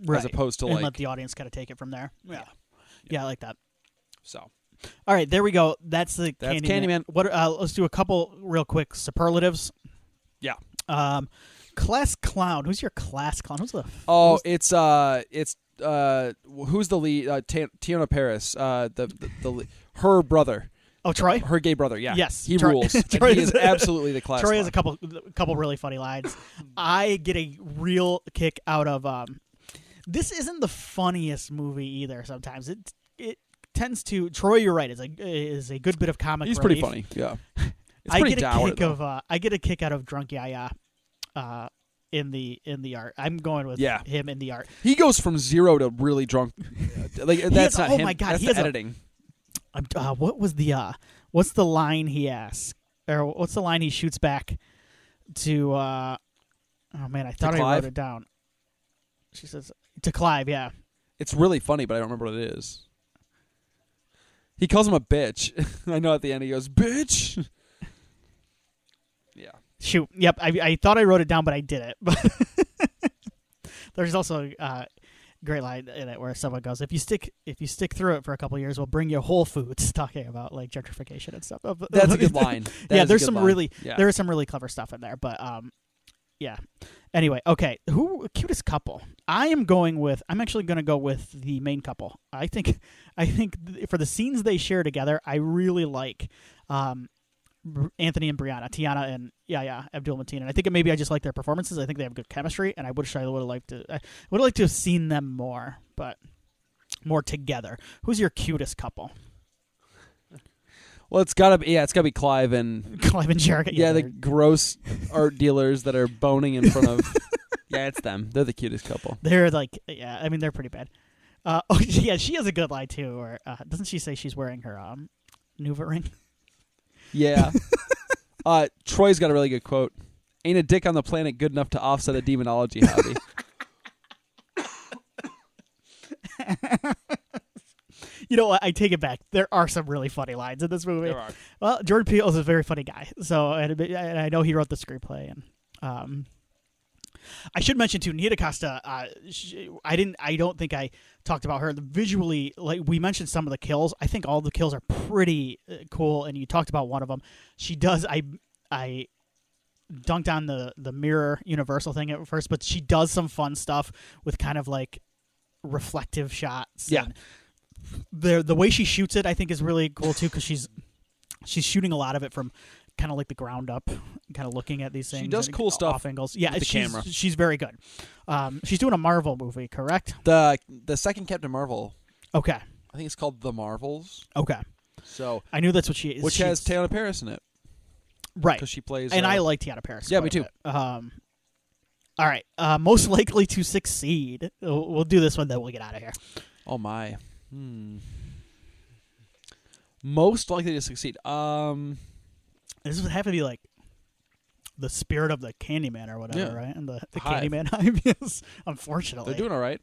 S1: right.
S2: as opposed to
S1: and
S2: like
S1: let the audience kind of take it from there. Yeah.
S2: Yeah.
S1: yeah, I like that.
S2: so
S1: All right, there we go. That's the
S2: That's Candyman.
S1: What? Uh, let's do a couple real quick superlatives.
S2: Yeah.
S1: Um, class clown. Who's your class clown? Who's the?
S2: oh
S1: who's-
S2: it's uh it's uh who's the lead uh, Ta- Tiana Paris uh the the, the le- her brother
S1: oh Troy.
S2: her gay brother yeah
S1: Yes,
S2: he
S1: Troy-
S2: rules And
S1: Troy
S2: he
S1: is-
S2: is absolutely the class
S1: Troy has
S2: clown. Hmm.
S1: a couple couple really funny lines. I get a real kick out of um this isn't the funniest movie either sometimes. It it tends to Troy you're right is a is a good bit of comic
S2: he's pretty
S1: relief.
S2: funny yeah it's
S1: I
S2: pretty
S1: get a
S2: dour,
S1: kick
S2: though.
S1: of uh, I get a kick out of Drunk Yaya uh in the in the art. I'm going with
S2: Yeah.
S1: him in the art.
S2: He goes from zero to really drunk. Like
S1: has-
S2: that's not
S1: oh
S2: him.
S1: my God,
S2: that's
S1: he
S2: the
S1: has a-
S2: editing.
S1: I'm, uh, what was the uh what's the line he asks or what's the line he shoots back to uh oh man I thought I
S2: Clive?
S1: wrote it down. She says to Clive, yeah.
S2: it's really funny, but I don't remember what it is. He calls him a bitch. I know at the end he goes bitch. yeah,
S1: Shoot. Yep. I, I thought I wrote it down, but I didn't. But there's also uh, great line in it where someone goes, "If you stick, if you stick through it for a couple of years, we'll bring you Whole Foods." Talking about like gentrification and stuff.
S2: that's a good line. That
S1: yeah.
S2: is a
S1: There's
S2: good
S1: some
S2: line.
S1: really
S2: Yeah.
S1: there is some really clever stuff in there, but um, yeah. Anyway, okay. Who cutest couple? I am going with. I'm actually going to go with the main couple. I think. I think th- for the scenes they share together, I really like. Um, Br- Anthony and Brianna, Tiana and yeah, yeah, Abdul Mateen, and I think maybe I just like their performances. I think they have good chemistry, and I wish I would have liked to. I would have liked to have seen them more, but more together. Who's your cutest couple?
S2: Well, it's gotta be. Yeah, it's gotta be Clive and
S1: Clive and Jerica.
S2: yeah, the
S1: they're-
S2: gross art dealers that are boning in front of. yeah, it's them. They're the cutest couple.
S1: They're like, yeah, I mean, they're pretty bad. Uh, oh, yeah, she has a good line too. Or uh, doesn't she say she's wearing her um, Nuva ring?
S2: Yeah. uh, Troy's got a really good quote. Ain't a dick on the planet good enough to offset a demonology hobby.
S1: You know what? I take it back. There are some really funny lines in this movie.
S2: are.
S1: Well, Jordan Peele is a very funny guy, so and, and I know he wrote the screenplay. And um, I should mention too, Nita Costa. Uh, she, I didn't. I don't think I talked about her visually. Like we mentioned, some of the kills. I think all the kills are pretty uh, cool, and you talked about one of them. She does. I I dunked on the the mirror universal thing at first, but she does some fun stuff with kind of like reflective shots.
S2: Yeah.
S1: and the the way she shoots it, I think, is really cool too because she's she's shooting a lot of it from kind of like the ground up, kind of looking at these
S2: She
S1: things.
S2: does
S1: and
S2: cool
S1: off
S2: stuff
S1: angles. Yeah,
S2: with the
S1: she's,
S2: camera.
S1: She's very good. Um, she's doing a Marvel movie, correct?
S2: The the second Captain Marvel,
S1: Okay,
S2: I think it's called The Marvels.
S1: okay.
S2: So
S1: I knew that's what she is.
S2: which
S1: she's,
S2: has Taylor Paris in it
S1: right,
S2: because she plays.
S1: and
S2: uh,
S1: I like Tiana Paris.
S2: Yeah,
S1: quite
S2: me
S1: a bit. Um, all right, uh, most likely to succeed. We'll we'll do this one, then we'll get out of here.
S2: Oh my. Hmm. Most likely to succeed. Um.
S1: This would have to be like the spirit of the Candyman or whatever,
S2: Yeah.
S1: right? And the, the
S2: The hive.
S1: Candyman hive is unfortunately
S2: They're doing all right.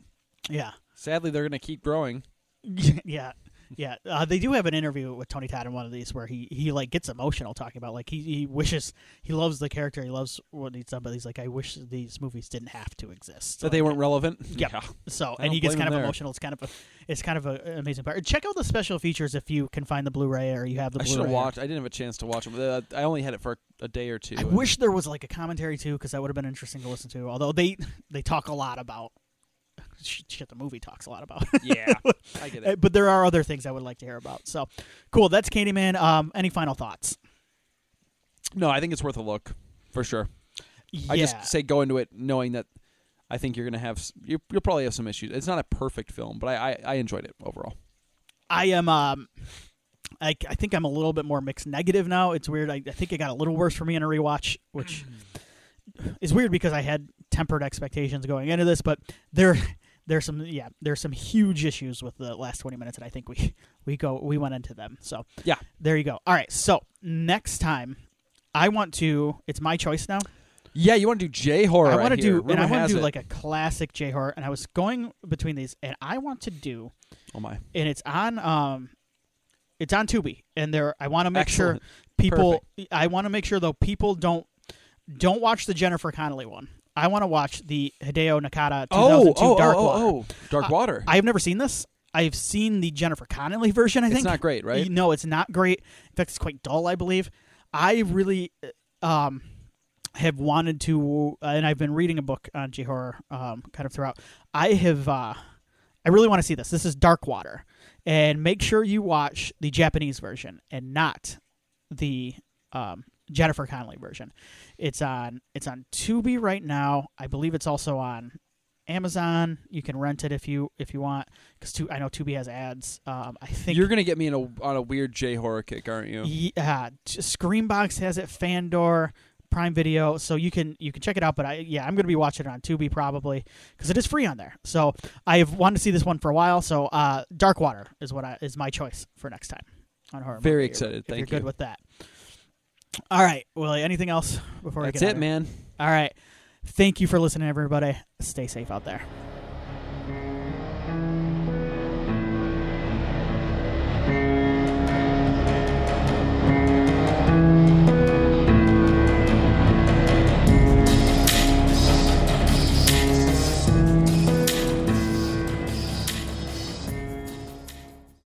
S1: yeah.
S2: Sadly, they're going to keep growing.
S1: yeah yeah uh, they do have an interview with tony todd in one of these where he he like gets emotional talking about like he, he wishes he loves the character he loves what he's done but he's like i wish these movies didn't have to exist
S2: That they
S1: Like,
S2: weren't relevant.
S1: Yep. so
S2: I
S1: and he
S2: don't
S1: gets
S2: blame
S1: kind of
S2: him there.
S1: emotional it's kind of a it's kind of a, an amazing part check out the special features if you can find the blu-ray or you have the
S2: I should
S1: blu-ray
S2: have watched. I didn't have a chance to watch them. Uh, I only had it for a day or two.
S1: I wish there was like a commentary too, because that would have been interesting to listen to. Although they they talk a lot about sh- shit, the movie talks a lot about.
S2: Yeah, I get
S1: Uh,
S2: it.
S1: but there are other things I would like to hear about. So, cool. That's Candyman. Um, any final thoughts?
S2: No, I think it's worth a look for sure.
S1: Yeah.
S2: I just say go into it knowing that I think you're going to have s- you, you'll probably have some issues. It's not a perfect film, but I, I, I enjoyed it overall.
S1: I am. Um, I, I think I'm a little bit more mixed negative now. It's weird. I, I think it got a little worse for me in a rewatch, which is weird because I had tempered expectations going into this, but there there's some yeah there's some huge issues with the last 20 minutes, and I think we we go we went into them. So
S2: Yeah.
S1: there you go. All right, so next time. I want to. It's my choice now.
S2: Yeah, you want to do J horror?
S1: I want
S2: right
S1: to
S2: here.
S1: do, and
S2: Rumor
S1: I want
S2: has
S1: to do
S2: it.
S1: like a classic J horror. And I was going between these, and I want to do,
S2: oh my,
S1: and it's on, um, it's on Tubi, and there. I want to make
S2: Excellent.
S1: sure people. I want to make sure though people don't don't watch the Jennifer Connelly one. I want to watch the Hideo Nakata 2002
S2: oh oh
S1: Dark
S2: oh,
S1: Water.
S2: oh, oh. Dark
S1: Uh,
S2: Water.
S1: I have never seen this. I've seen the Jennifer Connelly version. I
S2: it's
S1: think
S2: not great, right?
S1: no, it's not great. In fact, it's quite dull, I believe. I really um, have wanted to, uh, and I've been reading a book on J horror um, kind of throughout. I have, uh, I really want to see this. This is Dark Water, and make sure you watch the Japanese version and not the um, Jennifer Connelly version. It's on it's on Tubi right now. I believe it's also on Amazon. You can rent it if you if you want because I know Tubi has ads. Um, I think
S2: You're going to get me in a, on a weird J horror kick, aren't you?
S1: yeah, t- Screambox has it. Fandor, Prime Video, so you can you can check it out. But I yeah, I'm gonna be watching it on Tubi probably because it is free on there. So I have wanted to see this one for a while. So uh, Dark Water is what I, is my choice for next time on horror.
S2: Very
S1: movie,
S2: excited.
S1: If
S2: Thank
S1: you're good
S2: you.
S1: with that. All right, Willie. Anything else before
S2: That's
S1: we get out
S2: it,
S1: of
S2: man.
S1: here? All right. Thank you for listening, everybody. Stay safe out there.